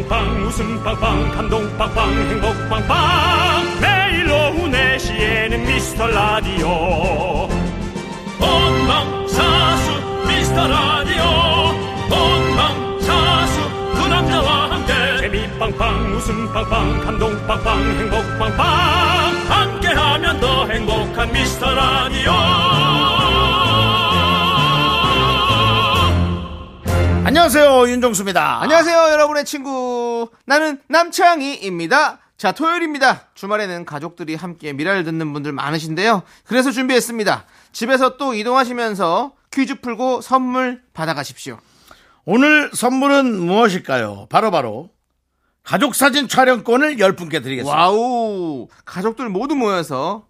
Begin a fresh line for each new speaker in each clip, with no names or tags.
웃음 빵빵 감동 빵빵 행복 빵빵 매일 오후 네시에는 미스터 라디오 본방사수 미스터 라디오 본방사수 그 남자와 함께 재미 빵빵 웃음 빵빵 감동 빵빵 행복 빵빵 함께하면 더 행복한 미스터 라디오
안녕하세요 윤정수입니다.
음. 안녕하세요, 여러분의 친구. 나는 남창희입니다. 자, 토요일입니다. 주말에는 가족들이 함께 미라를 듣는 분들 많으신데요. 그래서 준비했습니다. 집에서 또 이동하시면서 퀴즈 풀고 선물 받아가십시오.
오늘 선물은 무엇일까요? 바로바로 가족 사진 촬영권을 10분께 드리겠습니다.
와우. 가족들 모두 모여서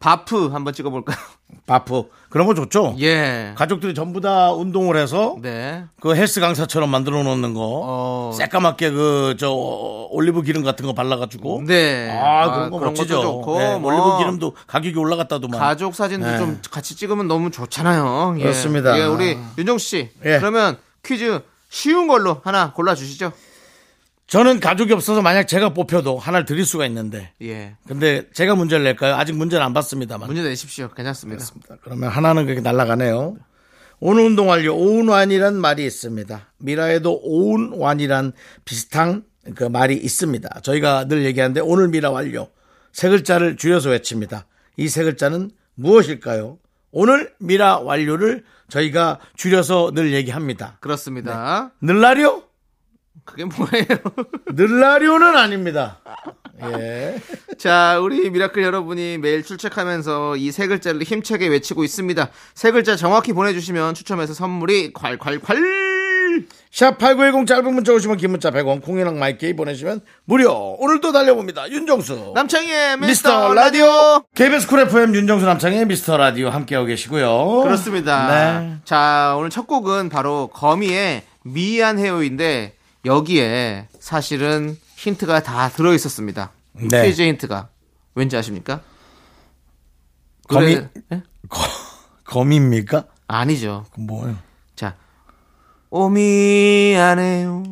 바프 한번 찍어볼까요?
바프 그런 거 좋죠?
예.
가족들이 전부 다 운동을 해서
네.
그 헬스 강사처럼 만들어 놓는 거
어.
새까맣게 그 저 올리브 기름 같은 거 발라가지고
네.
아 그런 거
것도
멋지죠.
좋고.
네,
뭐
올리브 기름도 가격이 올라갔다더만.
가족 사진도
네.
좀 같이 찍으면 너무 좋잖아요. 예.
그렇습니다.
예, 우리 윤정 씨.
예.
그러면 퀴즈 쉬운 걸로 하나 골라주시죠.
저는 가족이 없어서 만약 제가 뽑혀도 하나를 드릴 수가 있는데
예.
근데 제가 문제를 낼까요? 아직 문제는 안 봤습니다만.
문제 내십시오. 괜찮습니다.
알겠습니다. 그러면 하나는 그렇게 날아가네요. 오늘 운동 완료 오운완이란 말이 있습니다. 미라에도 오운완이란 비슷한 그 말이 있습니다. 저희가 늘 얘기하는데 오늘 미라 완료 세 글자를 줄여서 외칩니다. 이 세 글자는 무엇일까요? 오늘 미라 완료를 저희가 줄여서 늘 얘기합니다.
그렇습니다.
늘라리오? 네.
그게 뭐예요?
늘라리오는 아닙니다. 예.
자, 우리 미라클 여러분이 매일 출첵하면서 이 세 글자를 힘차게 외치고 있습니다. 세 글자 정확히 보내주시면 추첨해서 선물이 콸콸콸!
샵8910 짧은 문자 오시면 긴 문자 100원 콩이랑 마이케이 보내시면 무료. 오늘도 달려봅니다. 윤정수.
남창희의
어. 미스터
미스터 라디오!
KBS 쿨 FM 윤정수 남창의 미스터 라디오 함께하고 계시고요.
그렇습니다.
네.
자, 오늘 첫 곡은 바로 거미의 미안해요인데, 여기에 사실은 힌트가 다 들어있었습니다.
네.
퀴즈 힌트가. 왠지 아십니까?
거미?
노래- 예?
거미입니까?
아니죠.
그럼 뭐예요?
자, 오 미안해요.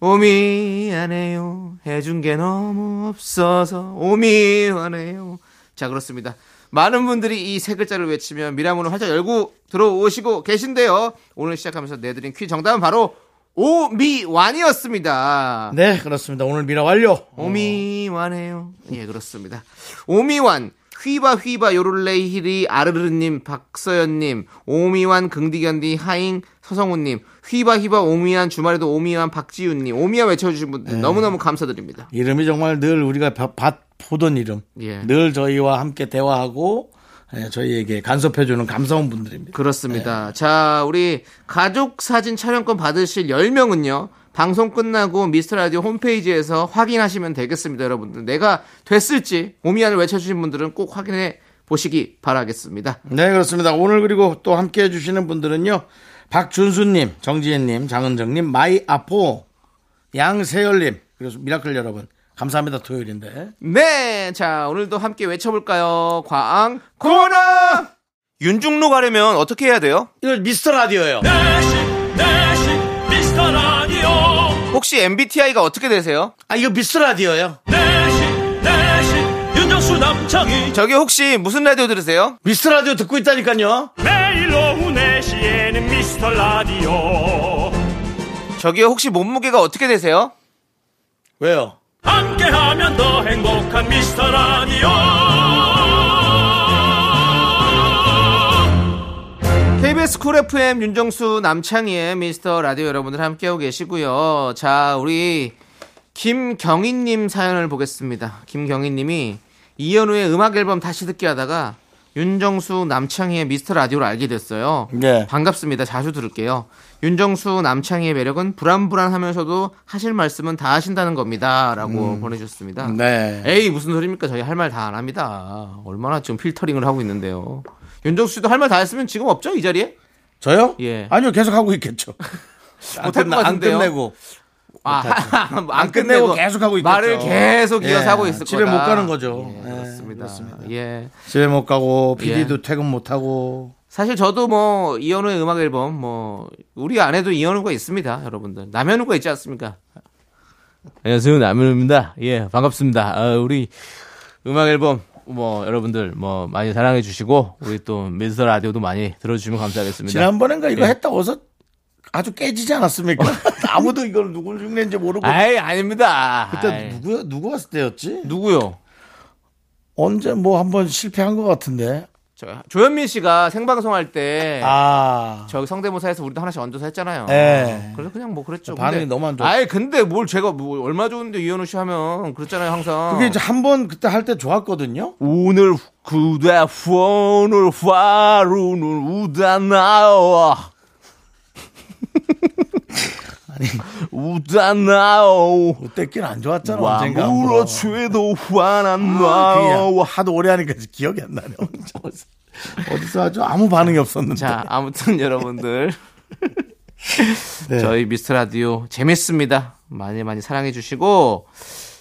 오 미안해요. 해준 게 너무 없어서 오 미안해요. 자, 그렇습니다. 많은 분들이 이 세 글자를 외치면 미라문을 활짝 열고 들어오시고 계신데요. 오늘 시작하면서 내드린 퀴즈 정답은 바로 오미완이었습니다.
네, 그렇습니다. 오늘 미라 완료.
오미완해요. 어. 예, 그렇습니다. 오미완. 휘바 휘바 요를레이 히리 아르르님 박서연님 오미완 긍디견디 하잉 서성우님 휘바 휘바 오미완 주말에도 오미완 박지윤님 오미완 외쳐주신 분들 너무너무 감사드립니다.
이름이 정말 늘 우리가 바- 밭 보던 이름.
예.
늘 저희와 함께 대화하고 예, 저희에게 간섭해주는 감사원 분들입니다.
그렇습니다. 자, 우리 가족 사진 촬영권 받으실 10명은요. 방송 끝나고 미스터 라디오 홈페이지에서 확인하시면 되겠습니다, 여러분들. 내가 됐을지 오미완을 외쳐주신 분들은 꼭 확인해 보시기 바라겠습니다.
네, 그렇습니다. 오늘 그리고 또 함께 해주시는 분들은요. 박준수님, 정지혜님, 장은정님, 마이아포, 양세열님, 그리고 미라클 여러분. 감사합니다. 토요일인데.
네, 자 오늘도 함께 외쳐볼까요? 광 코너 윤중로 가려면 어떻게 해야 돼요?
이거 미스터 라디오예요
내시 내시 미스터 라디오
혹시 MBTI가 어떻게 되세요?
아, 이거 미스터 라디오예요
내시 내시 윤정수 남창희
저기 혹시 무슨 라디오 들으세요?
미스터 라디오 듣고 있다니까요.
매일 오후 네시에는 미스터 라디오
저기 혹시 몸무게가 어떻게 되세요?
왜요?
함께하면 더 행복한 미스터 라디오
KBS 쿨 FM 윤정수 남창희의 미스터 라디오 여러분들 함께하고 계시고요. 자, 우리 김경희님 사연을 보겠습니다. 김경희님이 이현우의 음악 앨범 다시 듣기 하다가 윤정수 남창희의 미스터 라디오를 알게 됐어요.
네.
반갑습니다. 자주 들을게요. 윤정수 남창희의 매력은 불안불안하면서도 하실 말씀은 다 하신다는 겁니다라고 보내주셨습니다.
음. 네.
에이 무슨 소리입니까? 저희 할 말 다 안 합니다. 얼마나 지금 필터링을 하고 있는데요. 윤정수 씨도 할 말 다 했으면 지금 없죠 이 자리에?
저요?
예.
아니요, 계속 하고 있겠죠. 안,
못할
끝나,
것
안
같은데요?
끝내고.
아안
안 끝내고 계속 하고 있겠죠.
말을 계속 이어서
예,
하고 있을
집에
거다.
못 가는 거죠.
예,
예,
그렇습니다.
그렇습니다.
예.
집에 못 가고, PD도
예.
퇴근 못 하고.
사실 저도 뭐 이현우의 음악 앨범 뭐 우리 안에도 이현우가 있습니다, 여러분들. 남현우가 있지 않습니까? 안녕하세요. 남윤입니다. 예, 반갑습니다. 아, 우리 음악 앨범 뭐 여러분들 뭐 많이 사랑해 주시고 우리 또 미스터 라디오도 많이 들어주시면 감사하겠습니다.
지난번엔가 이거 했다 어서 아주 깨지지 않았습니까? 아무도 이걸 누굴 흉내인지 모르고
아이 아닙니다.
그때
아이,
누구 누구 왔을 때였지?
누구요?
언제 뭐 한번 실패한 것 같은데.
저, 조현민 씨가 생방송 할 때
아
저기 성대모사에서 우리도 하나씩 얹어서 했잖아요.
네.
그래서 그냥 뭐 그랬죠.
반응이
근데-
너무 안 좋았어요.
아이 근데 뭘 제가 뭐 얼마 좋은데 이현우 씨 하면 그랬잖아요 항상.
그게 이제 한 번 그때 할 때 좋았거든요.
오늘 그대 후원을 화루는 우다나요. 우다나요.
그때끼는 안 좋았잖아
와, 뭐
언젠가. 한번.
물어줘도
아,
화났나요.
그게 하도 오래 하니까 기억이 안 나네. 어디서 어디서 아주 아무 반응이 없었는데.
자, 아무튼 여러분들.
네.
저희 미스터 라디오 재밌습니다. 많이 많이 사랑해 주시고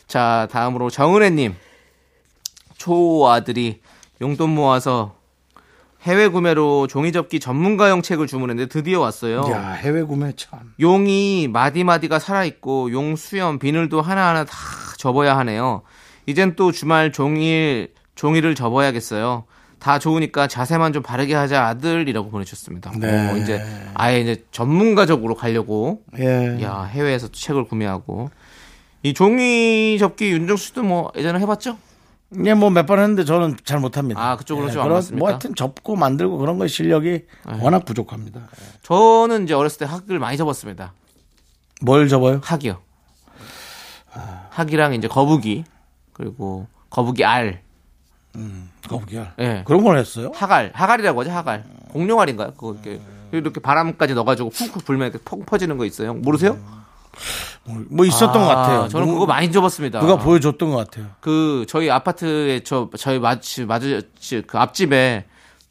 자 다음으로 정은혜 님. 초 아들이 용돈 모아서 해외 구매로 종이접기 전문가용 책을 주문했는데 드디어 왔어요.
야 해외 구매 참.
용이 마디마디가 살아있고 용 수염 비늘도 하나하나 다 접어야 하네요. 이젠 또 주말 종일 종이를 접어야겠어요. 다 좋으니까 자세만 좀 바르게 하자 아들이라고 보내주셨습니다.
네.
어, 이제 아예 이제 전문가적으로 가려고
예.
야 해외에서 또 책을 구매하고 이 종이 접기 윤정수 씨도 뭐 예전에 해봤죠?
예, 뭐 몇 번 했는데 저는 잘 못합니다.
아, 그쪽으로
예,
좀안
그런-
맞습니까? 예.
뭐 하여튼 접고 만들고 그런 거 실력이 워낙 부족합니다.
저는 이제 어렸을 때 학을 많이 접었습니다.
뭘 접어요?
학이요.
아.
학이랑 이제 거북이 그리고 거북이 알
거북이야.
예.
그런 걸 했어요?
하갈, 하갈이라고 하죠, 하갈. 공룡알인가요? 그거 이렇게. 이렇게 바람까지 넣어가지고 푹푹 불면 이렇게 펑 퍼지는 거 있어요. 모르세요?
뭐 음. 있었던 것 같아요.
아, 저는 그거 많이 접었습니다.
누가 보여줬던 것 같아요.
그, 저희 아파트에 저, 저희 마주, 마주, 그 앞집에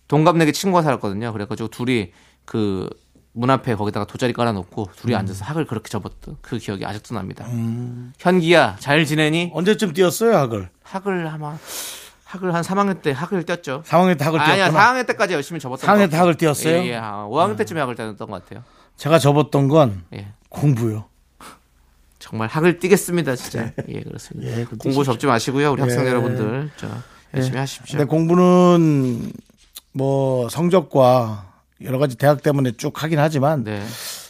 동갑내기 친구가 살았거든요. 그래가지고 둘이 그, 문 앞에 거기다가 돗자리 깔아놓고 둘이
음.
앉아서 학을 그렇게 접었던 그 기억이 아직도 납니다. 현기야, 잘 지내니?
언제쯤 뛰었어요, 학을?
학을 아마, 학을 한 3학년 때 학을 뗐죠.
4학년 때 학을
아니야,
뛰었구나.
4학년 때까지 열심히 접었던
사학년
것
때
같아요.
학을 뛰었어요? 음.
예, 예. 아, 5학년 때쯤에 학을 뛰었던 것 같아요.
제가 접었던 건
예.
공부요.
정말 학을 뛰겠습니다, 진짜. 예, 그렇습니다.
네. 예, 그거
공부 접지 마시고요, 우리 학생
예. 네.
여러분들. 저 열심히 하십시오.
근데 공부는 뭐 성적과 여러 가지 대학 때문에 쭉 하긴 하지만
네.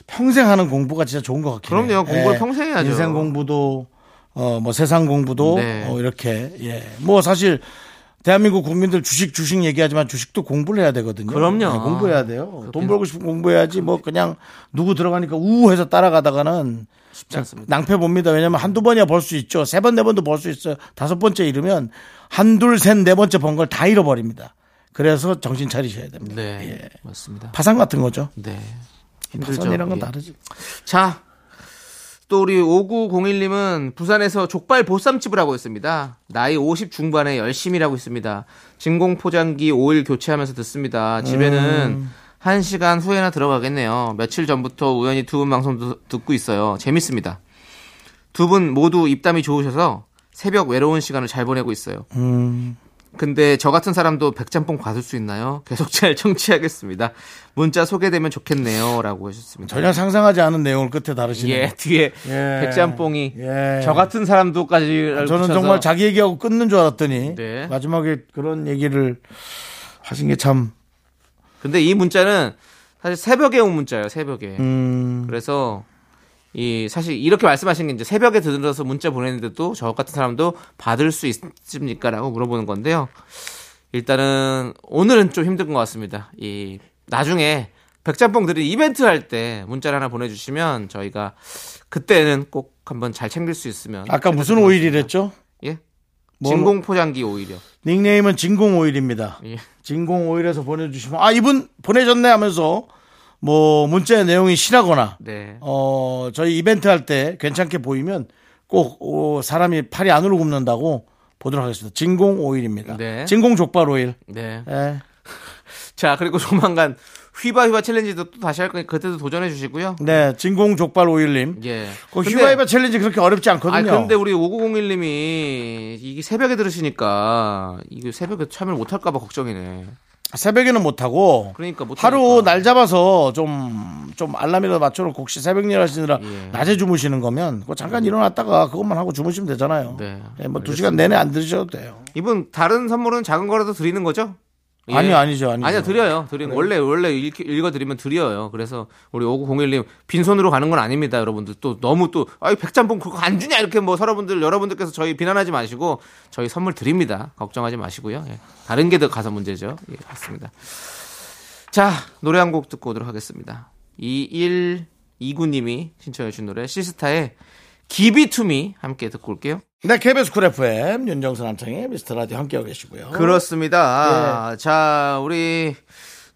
평생 하는 공부가 진짜 좋은 것 같긴
그럼요.
해요.
공부를
예.
평생 해야죠.
인생 공부도 어 뭐 세상 공부도
네.
어, 이렇게 예. 뭐 사실 대한민국 국민들 주식 주식 얘기하지만 주식도 공부를 해야 되거든요.
그럼요. 아,
예, 공부해야 돼요. 돈 벌고 싶으면 공부해야지 뭐 그냥 누구 들어가니까 우해서 따라가다가는
쉽지 않습니다.
낭패 봅니다. 왜냐면 한두 번이야 벌 수 있죠. 세 번, 네 번도 벌 수 있어요. 다섯 번째 잃으면 한, 둘, 셋, 네 번째 번 걸 다 잃어버립니다. 그래서 정신 차리셔야 됩니다.
네. 맞습니다.
파산 같은 거죠.
네. 힘들죠.
파산이란 건
예.
예. 다르지.
자, 또 우리 5901님은 부산에서 족발 보쌈집을 하고 있습니다. 나이 50 중반에 열심히 일하고 있습니다. 진공 포장기 5일 교체하면서 듣습니다.
음.
집에는 한시간 후에나 들어가겠네요. 며칠 전부터 우연히 두 분 방송 도 듣고 있어요. 재밌습니다. 두 분 모두 입담이 좋으셔서 새벽 외로운 시간을 잘 보내고 있어요.
음.
근데 저 같은 사람도 백짬뽕 받을 수 있나요? 계속 잘 청취하겠습니다. 문자 소개되면 좋겠네요. 라고 하셨습니다.
전혀 상상하지 않은 내용을 끝에 다루시네요.
예, 뒤에
예.
백짬뽕이
예.
저 같은 사람도까지
저는 정말 자기 얘기하고 끊는 줄 알았더니
네.
마지막에 그런 얘기를 하신 게 참
근데 이 문자는 사실 새벽에 온 문자예요. 새벽에.
음,
그래서 이 사실 이렇게 말씀하신 게 이제 새벽에 들어서 문자 보냈는데도 저 같은 사람도 받을 수 있습니까라고 물어보는 건데요. 일단은 오늘은 좀 힘든 것 같습니다. 이 나중에 백짬뽕들이 이벤트 할 때 문자를 하나 보내주시면 저희가 그때는 꼭 한번 잘 챙길 수 있으면
아까 무슨 오일이랬죠?
예
뭐-
진공 포장기 오히려
닉네임은 진공오일입니다.
예.
진공오일에서 보내주시면 아 이분 보내셨네 하면서 뭐 문자의 내용이 실하거나
네.
어 저희 이벤트 할 때 괜찮게 보이면 꼭 어, 사람이 팔이 안으로 굽는다고 보도록 하겠습니다. 진공오일입니다.
네.
진공족발오일.
네.
예.
자, 그리고 조만간 휘바휘바 챌린지도 또 다시 할 거니까 그때도 도전해 주시고요.
네, 진공족발오일님.
예.
그
근데-
휘바이바 챌린지 그렇게 어렵지
아,
않거든요.
근데 우리 5901님이 이게 새벽에 들으시니까 이게 새벽에 참여를 못 할까봐 걱정이네.
새벽에는 못하고
그러니까 못
하루
하니까.
날 잡아서 좀 좀 알람이라도 맞춰놓고 혹시 새벽 일 하시느라
예. 음.
낮에 주무시는 거면 그거 잠깐 일어났다가 그것만 하고 주무시면 되잖아요.
네,
예, 뭐두 시간 내내 안 들으셔도 돼요.
이분 다른 선물은 작은 거라도 드리는 거죠? 예.
아니요, 네. 아니죠, 아니죠.
아니요, 드려요. 드리는 원래 원래 읽, 어드리면 드려요. 그래서 우리 5901님 빈손으로 가는 건 아닙니다, 여러분들. 또 너무 또 아이 백짬뽕 그거 안 주냐 이렇게 뭐 여러분들 여러분들께서 저희 비난하지 마시고 저희 선물 드립니다. 걱정하지 마시고요. 예. 다른 게 더 가서 문제죠. 예, 맞습니다. 자, 노래 한 곡 듣고 오도록 하겠습니다. 2129님이 신청해 주신 노래 시스타의 기비투미 함께 듣고 올게요.
네, KBS 쿨 FM 윤정수 남창의 미스터 라디오 함께하고 계시고요.
그렇습니다. 어?
예.
자, 우리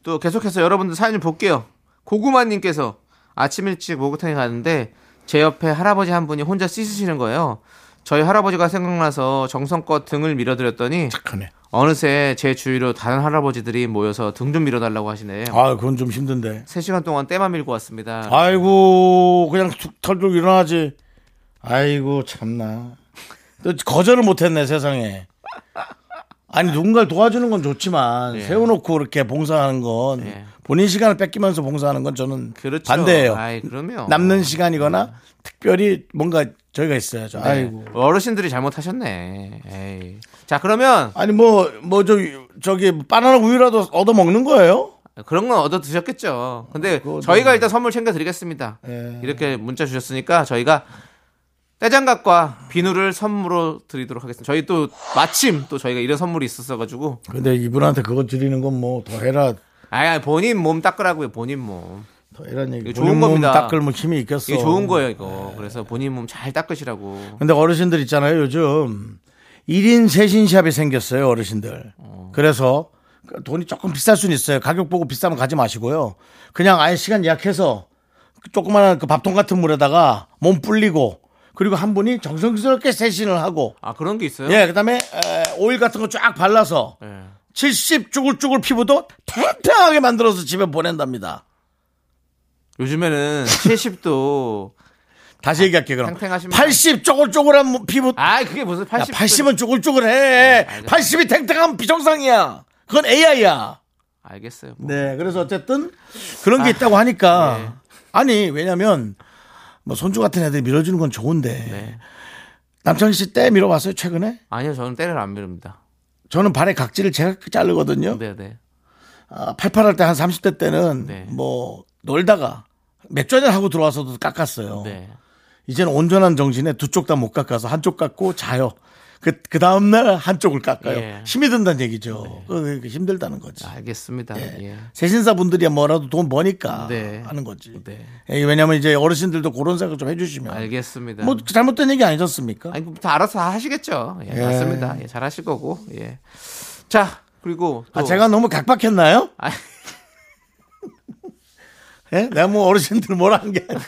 또 계속해서 여러분들 사연 좀 볼게요. 고구마님께서 아침 일찍 목욕탕에 가는데 제 옆에 할아버지 한 분이 혼자 씻으시는 거예요. 저희 할아버지가 생각나서 정성껏 등을 밀어드렸더니
착하네.
어느새 제 주위로 다른 할아버지들이 모여서 등 좀 밀어달라고 하시네요.
아, 그건 좀 힘든데.
3시간 동안 때만 밀고 왔습니다.
아이고, 그냥 툭 털쭉 일어나지. 아이고, 참나. 또 거절을 못했네, 세상에. 아니, 누군가를 도와주는 건 좋지만, 세워놓고 이렇게 봉사하는 건,
예.
본인 시간을 뺏기면서 봉사하는 건 저는
그렇죠. 음.
반대예요.
아이, 그럼요.
남는 시간이거나, 특별히 뭔가 저희가 있어야죠.
네.
아이고.
어르신들이 잘못하셨네. 에이. 자, 그러면
아니, 뭐, 뭐, 저, 저기, 바나나 우유라도 얻어먹는 거예요?
네, 그런 건 얻어 드셨겠죠. 근데
그거
저희가
네.
일단 선물 챙겨 드리겠습니다.
예.
이렇게 문자 주셨으니까 저희가 떼장갑과 비누를 선물로 드리도록 하겠습니다. 저희 또 마침 또 저희가 이런 선물이 있었어 가지고
근데 이분한테 그거 드리는 건 뭐, 더 해라.
아 본인 몸 닦으라고요. 본인 몸.
더 해란 얘기.
이거 좋은
본인 몸
겁니다.
닦을 뭐 힘이 있겠어.
이게 좋은 거예요,
네.
이거. 그래서 본인 몸 잘 닦으시라고.
근데 어르신들 있잖아요. 요즘 1인 세신샵이 생겼어요. 어르신들. 그래서 돈이 조금 비쌀 수는 있어요. 가격 보고 비싸면 가지 마시고요. 그냥 아예 시간 예약해서 그 조그마한 그 밥통 같은 물에다가 몸 불리고 그리고 한 분이 정성스럽게 세신을 하고
아, 그런 게 있어요?
예, 그다음에 에, 오일 같은 거 쫙 발라서
예.
70 쭈글쭈글 피부도 탱탱하게 만들어서 집에 보낸답니다.
요즘에는 70도
다시 얘기할게 그럼.
탱탱하십니다.
80 쪼글쪼글한 뭐 피부
아, 그게 무슨 80도.
야, 80은 쪼글쪼글해. 80이 탱탱하면 비정상이야. 그건 AI야.
알겠어요. 뭐.
네, 그래서 어쨌든 그런 게 있다고 하니까. 아니, 왜냐면 뭐 손주 같은 애들이 밀어주는 건 좋은데.
네.
남창희 씨 때 밀어봤어요, 최근에?
아니요, 저는 때를 안 미릅니다.
저는 발의 각질을 제가 자르거든요.
네, 네.
아, 팔팔할 때 한 30대 때는
네.
뭐 놀다가 맥주 한잔 하고 들어와서도 깎았어요.
네.
이제는 온전한 정신에 두 쪽 다 못 깎아서 한쪽 깎고 자요. 그, 그 다음날 한쪽을 깎아요.
예. 네.
힘이 든다는 얘기죠. 그 힘들다는 거지.
알겠습니다. 예.
세신사 분들이 뭐라도 돈 버니까
네.
하는 거지.
네.
예, 왜냐면 이제 어르신들도 그런 생각 좀 해주시면.
알겠습니다.
뭐 잘못된 얘기 아니셨습니까?
아니, 뭐다 알아서 다 하시겠죠. 예,
예.
맞습니다. 예, 잘 하실 거고. 예. 자, 그리고 또
아, 제가 너무 각박했나요?
아,
예? 내가 뭐 어르신들 뭐라 한 게. 아니-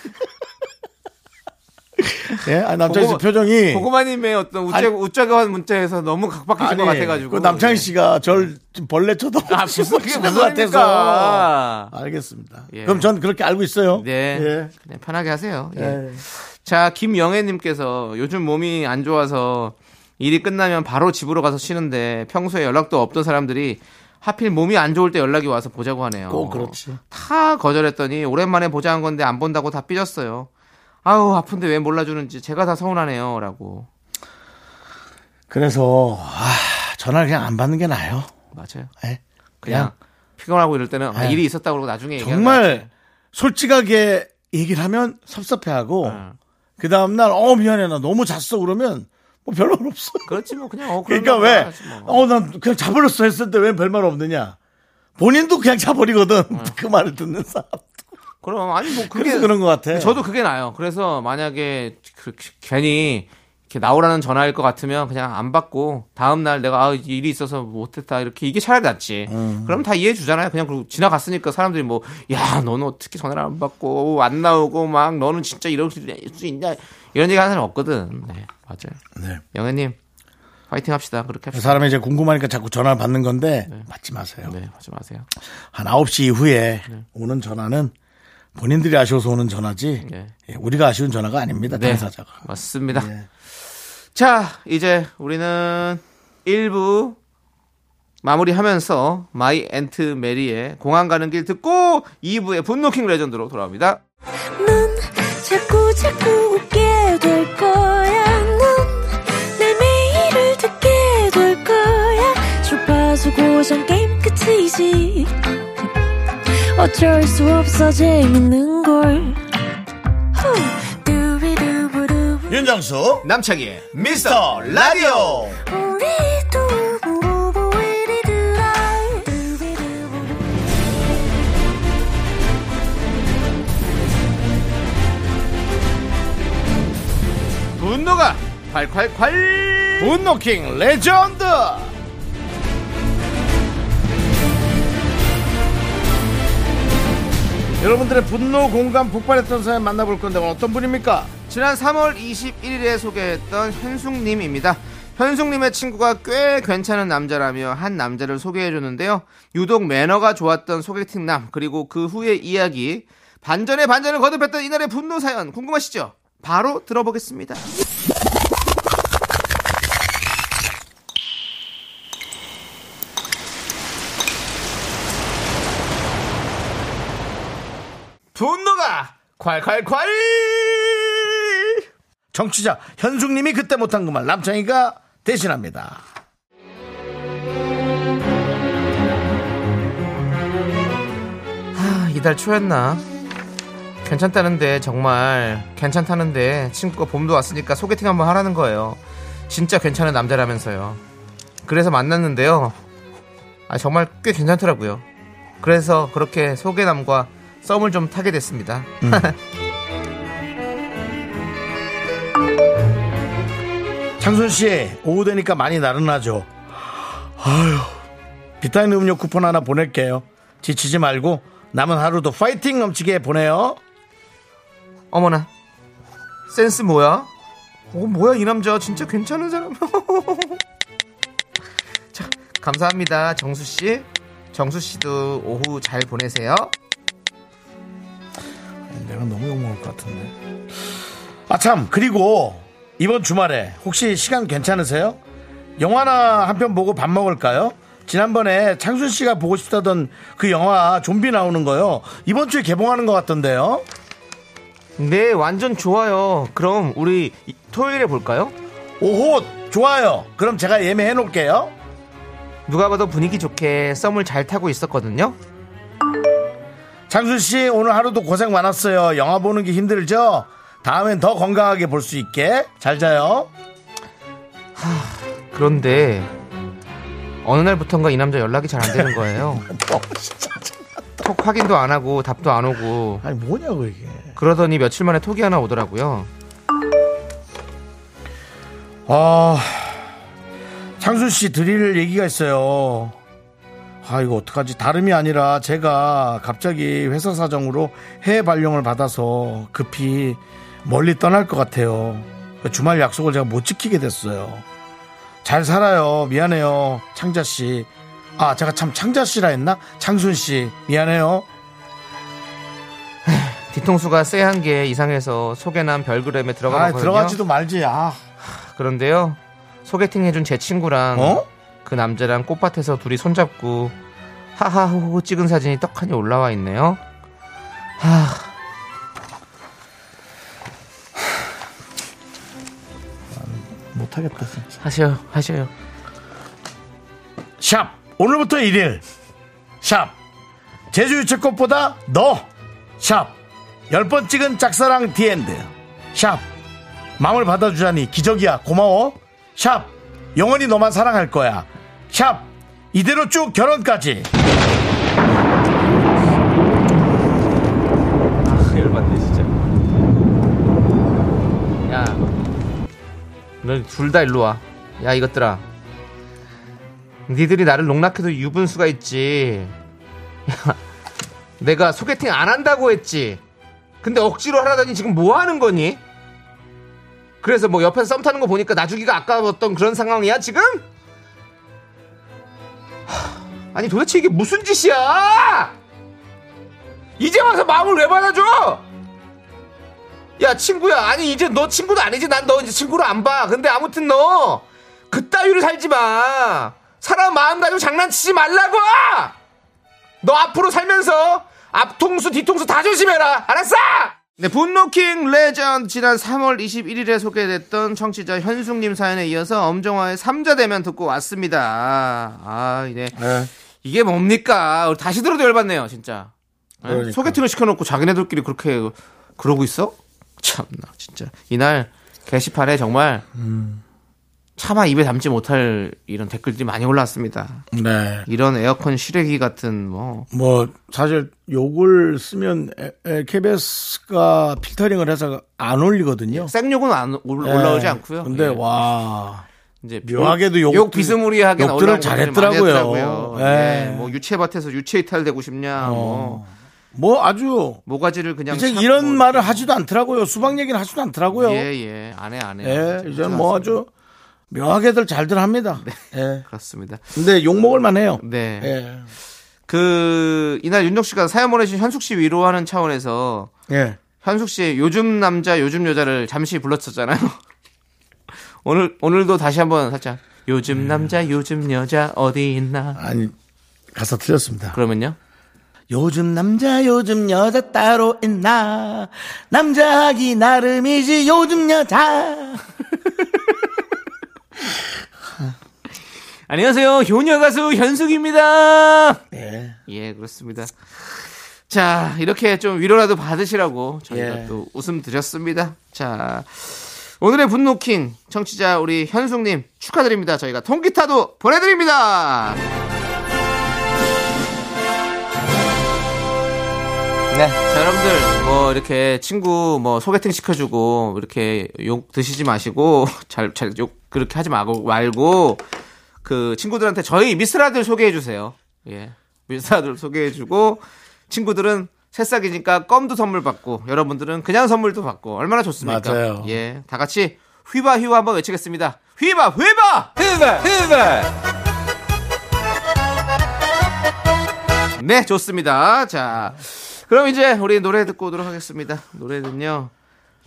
예? 아, 남창희 씨
고구마-
표정이.
고구마님의 어떤
아니-
우째 우째한 문자에서 너무 각박해진 것
아니,
같아가지고
그 남창희 씨가 절 벌레 쳐도
예. 아 무슨 그게 무슨 소리입니까?
알겠습니다.
예.
그럼 전 그렇게 알고 있어요.
네,
예.
그냥 편하게 하세요. 예.
예.
자, 김영애님께서 요즘 몸이 안 좋아서 일이 끝나면 바로 집으로 가서 쉬는데 평소에 연락도 없던 사람들이 하필 몸이 안 좋을 때 연락이 와서 보자고 하네요.
꼭 그렇죠. 그렇지.
다 거절했더니 오랜만에 보자 한 건데 안 본다고 다 삐졌어요. 아우 아픈데 왜 몰라주는지 제가 다 서운하네요라고
그래서 아, 전화를 그냥 안 받는 게 나아요.
맞아요.
예.
그냥, 피곤하고 이럴 때는 아,
네.
일이 있었다고 그러고 나중에 얘기하는
정말 솔직하게 얘기를 하면 섭섭해하고
거지. 어.
그 다음 날 어 미안해 나 너무 잤어 그러면 뭐 별말 없어.
그렇지 뭐 그냥 어
그러니까
그러면
왜?
하지 뭐.
어 난 그냥 자버렸어 했을 때 왜 별말 없느냐? 본인도 그냥 자버리거든 그 말을 듣는 사람.
그럼 아니 뭐 어. 그게
그래서 그런 것 같아.
저도 그게 나요. 그래서 만약에 그- 그- 괜히 이렇게 나오라는 전화일 것 같으면 그냥 안 받고 다음 날 내가 아 일이 있어서 못했다 이렇게 이게 차라리 낫지. 그럼 다 이해해 주잖아요. 그냥 그리고 지나갔으니까 사람들이 뭐 야 너는 어떻게 전화를 안 받고 안 나오고 막 너는 진짜 이럴 수 있냐 이런 얘기 하는 사람 없거든. 네 맞아요.
네.
영애님 파이팅 합시다. 그렇게 합시다.
사람이 이제 궁금하니까 자꾸 전화를 받는 건데 받지 마세요.
네 하지 마세요.
한 9시 이후에 오는 전화는 본인들이 아쉬워서 오는 전화지
네.
예, 우리가 아쉬운 전화가 아닙니다.
네.
당사자가.
맞습니다.
예.
자, 이제 우리는 1부 마무리하면서 마이 앤트 메리의 공항 가는 길 듣고 2부의 분노킹 레전드로 돌아옵니다.
넌 자꾸 자꾸 웃게 될 거야. 넌내 매일을 듣게 될 거야. 주파수 고정 게임 끝이지. 어쩔 수 없어 재밌는 걸. 후. 두비두부두.
윤정수
남창희의 미스터 라디오
우리 두부부부 우리 두라. 두비두부부.
분노가 콸콸콸 분노킹 레전드
여러분들의 분노 공감 폭발했던 사연 만나볼 건데 오늘 어떤 분입니까?
지난 3월 21일에 소개했던 현숙님입니다. 현숙님의 친구가 꽤 괜찮은 남자라며 한 남자를 소개해줬는데요. 유독 매너가 좋았던 소개팅 남 그리고 그 후의 이야기 반전에 반전을 거듭했던 이날의 분노 사연 궁금하시죠? 바로 들어보겠습니다. 분노가 콸콸콸
정치자 현숙님이 그때 못한 그말 남창희가 대신합니다.
아, 이달 초였나? 괜찮다는데 정말 괜찮다는데 친구가 봄도 왔으니까 소개팅 한번 하라는 거예요. 진짜 괜찮은 남자라면서요. 그래서 만났는데요. 아, 정말 꽤 괜찮더라고요. 그래서 그렇게 소개남과 썸을 좀 타게 됐습니다.
창순 씨 오후 되니까 많이 나른하죠. 아휴 비타민 음료 쿠폰 하나 보낼게요. 지치지 말고 남은 하루도 파이팅 넘치게 보내요.
어머나 센스 뭐야? 어 뭐야 이 남자 진짜 괜찮은 사람. 자 감사합니다 정수 씨. 정수 씨도 오후 잘 보내세요.
내가 너무 욕먹을 것 같은데. 아 참 그리고 이번 주말에 혹시 시간 괜찮으세요? 영화나 한 편 보고 밥 먹을까요? 지난번에 창순 씨가 보고 싶다던 그 영화 좀비 나오는 거요. 이번 주에 개봉하는 것 같던데요.
네 완전 좋아요. 그럼 우리 이- 토요일에 볼까요?
오호 좋아요. 그럼 제가 예매해 놓을게요.
누가 봐도 분위기 좋게 썸을 잘 타고 있었거든요.
장순 씨 오늘 하루도 고생 많았어요. 영화 보는 게 힘들죠? 다음엔 더 건강하게 볼 수 있게 잘 자요.
그런데 어느 날부턴가 이 남자 연락이 잘 안 되는 거예요. 톡 확인도 안 하고 답도 안 오고
아니 뭐냐고 이게.
그러더니 며칠 만에 톡이 하나 오더라고요.
아 장순 씨 드릴 얘기가 있어요. 아 이거 어떡하지? 다름이 아니라 제가 갑자기 회사 사정으로 해외 발령을 받아서 급히 멀리 떠날 것 같아요. 그 주말 약속을 제가 못 지키게 됐어요. 잘 살아요. 미안해요. 창자 씨. 아, 제가 참 창자 씨라 했나? 창순 씨. 미안해요.
뒤통수가 쎄한 게 이상해서 소개남 별그램에
아,
들어가거든요.
들어가지도 말지. 아,
그런데요. 소개팅 해준 제 친구랑
어?
그 남자랑 꽃밭에서 둘이 손잡고 하하호호 찍은 사진이 떡하니 올라와 있네요. 하,
못하겠다, 진짜.
하셔요, 하셔요.
샵. 오늘부터 1일. 샵. 제주 유채꽃보다 너. 샵. 열 번 찍은 짝사랑 디엔드. 샵. 마음을 받아주자니 기적이야. 고마워. 샵. 영원히 너만 사랑할 거야. 샵. 이대로 쭉 결혼까지.
열받네 진짜. 야, 너둘 다 일로 와. 야 이것들아, 니들이 나를 농락해도 유분수가 있지. 야, 내가 소개팅 안 한다고 했지. 근데 억지로 하라더니 지금 뭐 하는 거니? 그래서 뭐 옆에서 썸 타는 거 보니까 나주기가 아까웠던 그런 상황이야 지금? 하, 아니 도대체 이게 무슨 짓이야? 이제 와서 마음을 왜 받아줘? 야 친구야 아니 이제 너 친구도 아니지 난 너 이제 친구로 안 봐 근데 아무튼 너 그따위로 살지 그 마 사람 마음 가지고 장난치지 말라고! 너 앞으로 살면서 앞통수, 뒤통수 다 조심해라! 알았어! 네, 분노킹 레전드 지난 3월 21일에 소개됐던 청취자 현숙님 사연에 이어서 엄정화의 삼자 대면 듣고 왔습니다. 아, 이제
예.
이게 뭡니까? 우리 다시 들어도 열받네요, 진짜. 예?
그러니까.
소개팅을 시켜놓고 자기네들끼리 그렇게 그러고 있어? 참나, 진짜. 이날 게시판에 정말 차마 입에 담지 못할 이런 댓글들이 많이 올라왔습니다.
네.
이런 에어컨 실외기 같은 뭐
뭐 사실 욕을 쓰면 에, 에, KBS가 필터링을 해서 안 올리거든요.
생욕은 안 올- 올라오지
예.
않고요.
근데
예.
와
이제
묘하게도 욕-
욕 비스무리하게
욕들을
올라오는 분들이 많이
잘했더라고요.
했더라고요.
예.
예, 뭐 유체밭에서 유체 이탈되고 싶냐, 뭐
뭐 아주
모가지를 그냥
이제
참-
이런
뭐
말을 하지도 않더라고요. 수박 얘기는 하지도 않더라고요. 예,
예, 예. 안 해, 안 해.
이제는 뭐 아주 묘하게들 잘들 합니다. 예.
그렇습니다.
근데 욕 먹을 만해요.
네.
예.
그, 이날 윤정 씨가 사연 보내신 현숙 씨 위로하는 차원에서
예.
현숙 씨의 요즘 남자, 요즘 여자를 잠시 불렀었잖아요. 오늘, 오늘도 다시 한번 살짝 요즘 남자, 요즘 여자 어디 있나.
아니 가사 틀렸습니다.
그러면요?
요즘 남자 요즘 여자 따로 있나 남자하기 나름이지 요즘 여자
안녕하세요. 효녀 가수 현숙입니다.
예.
예, 그렇습니다. 자, 이렇게 좀 위로라도 받으시라고 저희가
예.
또 웃음 드렸습니다. 자, 오늘의 분노킹 청취자 우리 현숙님 축하드립니다. 저희가 통기타도 보내드립니다. 네, 자, 여러분들 뭐 이렇게 친구 뭐 소개팅 시켜주고 이렇게 욕 드시지 마시고 잘 잘 욕 그렇게 하지 말고 말고 그 친구들한테 저희 미스라들 소개해 주세요. 예. 미스라들 소개해 주고 친구들은 새싹이니까 껌도 선물 받고 여러분들은 그냥 선물도 받고 얼마나 좋습니까?
맞아요.
예. 다 같이 휘바 휘바 한번 외치겠습니다. 휘바 휘바 휘바 휘바. 네, 좋습니다. 자. 그럼 이제 우리 노래 듣고 오도록 하겠습니다. 노래는요.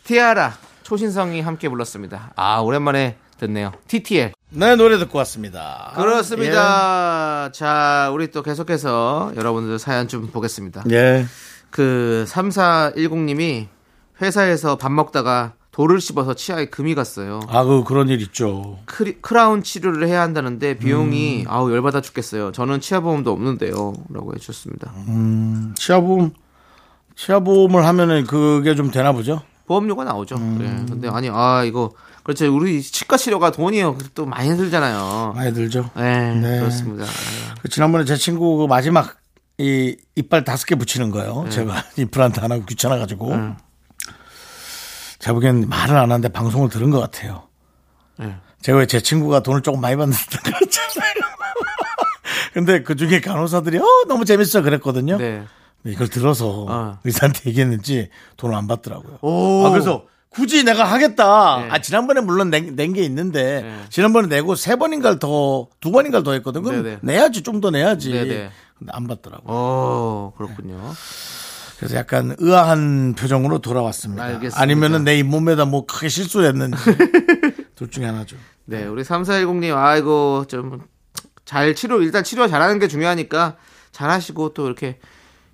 티아라 초신성이 함께 불렀습니다. 아, 오랜만에 듣네요. TTL.
네 노래 듣고 왔습니다.
그렇습니다. 예. 자, 우리 또 계속해서 여러분들 사연 좀 보겠습니다.
예. 예.
그 3410님이 회사에서 밥 먹다가 돌을 씹어서 치아에 금이 갔어요.
아그 그런 일 있죠.
크리, 크라운 치료를 해야 한다는데 비용이 아우 열받아 죽겠어요. 저는 치아 보험도 없는데요라고 해 주셨습니다.
치아보험 치아보험을 하면은 그게 좀 되나 보죠.
보험료가 나오죠. 예. 근데 아니 아 이거 그렇죠. 우리 치과 치료가 돈이요. 또 많이 들잖아요.
많이 들죠.
예.
네.
그렇습니다. 아,
그 지난번에 제 친구 그 마지막 이 이빨 다섯 개 붙이는 거요.
음.
제가 임플란트 안 하고 귀찮아가지고 제가 보기엔 말을 안 하는데 방송을 들은 것 같아요.
네.
제가 왜 제 친구가 돈을 조금 많이 받는다고 그랬잖아요. 근데 그 중에 간호사들이 어 너무 재밌어 그랬거든요.
네.
이걸 들어서
어.
의사한테 얘기했는지 돈을 안 받더라고요.
오.
아, 그래서 굳이 내가 하겠다.
네.
아, 지난번에 물론 낸 게 있는데
네.
지난번에 내고 세 번인가를 더, 두 번인가를 더 했거든. 그럼
네네.
내야지, 좀 더 내야지.
네네.
근데 안 받더라고요.
어, 그렇군요.
그래서 약간 의아한 표정으로 돌아왔습니다.
알겠습니다.
아니면은 내 잇몸에다 뭐 크게 실수를 했는지. 둘 중에 하나죠.
네, 우리 3410님, 아이고, 좀 잘 치료, 일단 치료 잘하는 게 중요하니까 잘 하시고 또 이렇게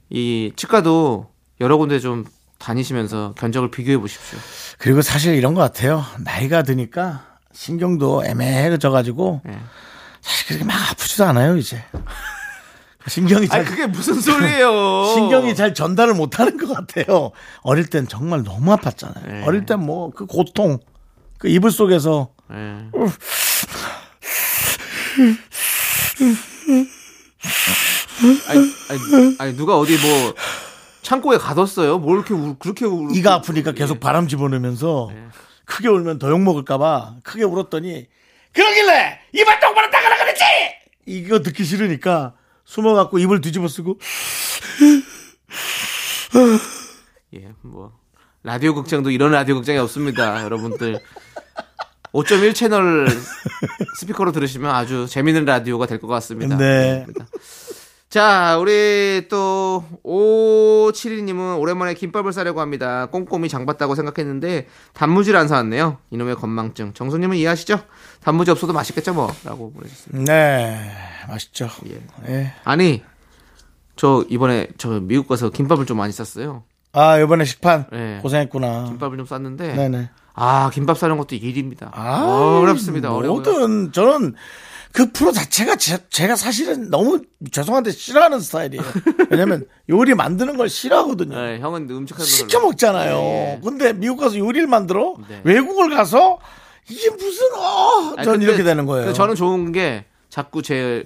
이 치과도 여러 군데 좀 다니시면서 견적을 비교해 보십시오.
그리고 사실 이런 것 같아요. 나이가 드니까 신경도 애매해져가지고
예.
사실 그렇게 막 아프지도 않아요, 이제. 신경이 잘
그게 무슨 소리예요?
신경이 잘 전달을 못하는 것 같아요. 어릴 땐 정말 너무 아팠잖아요.
네.
어릴 땐 뭐 그 고통, 그 이불 속에서
예. 아니, 아니, 아니, 누가 어디 뭐 창고에 가뒀어요? 뭘 이렇게 울, 그렇게 울
이가 아프니까
네.
계속 바람 집어넣으면서 크게 울면 더 욕 먹을까봐 크게 울었더니 그러길래 이발 똑바로 닦으라 그랬지! 이거 듣기 싫으니까 숨어갖고 입을 뒤집어 쓰고
예, 뭐 라디오 극장도 이런 라디오 극장이 없습니다, 여러분들. 5.1 채널 스피커로 들으시면 아주 재밌는 라디오가 될 것 같습니다.
네.
그렇습니다. 자, 우리 또 572님은 오랜만에 김밥을 싸려고 합니다. 꼼꼼히 장 봤다고 생각했는데 단무지를 안 사왔네요. 이놈의 건망증. 정수님은 이해하시죠? 단무지 없어도 맛있겠죠 뭐? 라고 보내주셨습니다.
네, 맛있죠.
예.
예.
아니, 저 이번에 저 미국 가서 김밥을 좀 많이 쌌어요.
아, 이번에 식판
네.
고생했구나.
김밥을 좀 쌌는데
네네.
아 김밥 싸는 것도 일입니다.
아,
어렵습니다. 어려워요.
모든 저는 그 프로 자체가 제, 가 사실은 너무 죄송한데 싫어하는 스타일이에요. 왜냐면 요리 만드는 걸 싫어하거든요.
네, 형은 음식 하는 거
시켜
별로-
먹잖아요.
네.
근데 미국 가서 요리를 만들어
네.
외국을 가서 이게 무슨 어?
아니,
전
근데-
이렇게 되는 거예요.
근데 저는 좋은 게 자꾸 제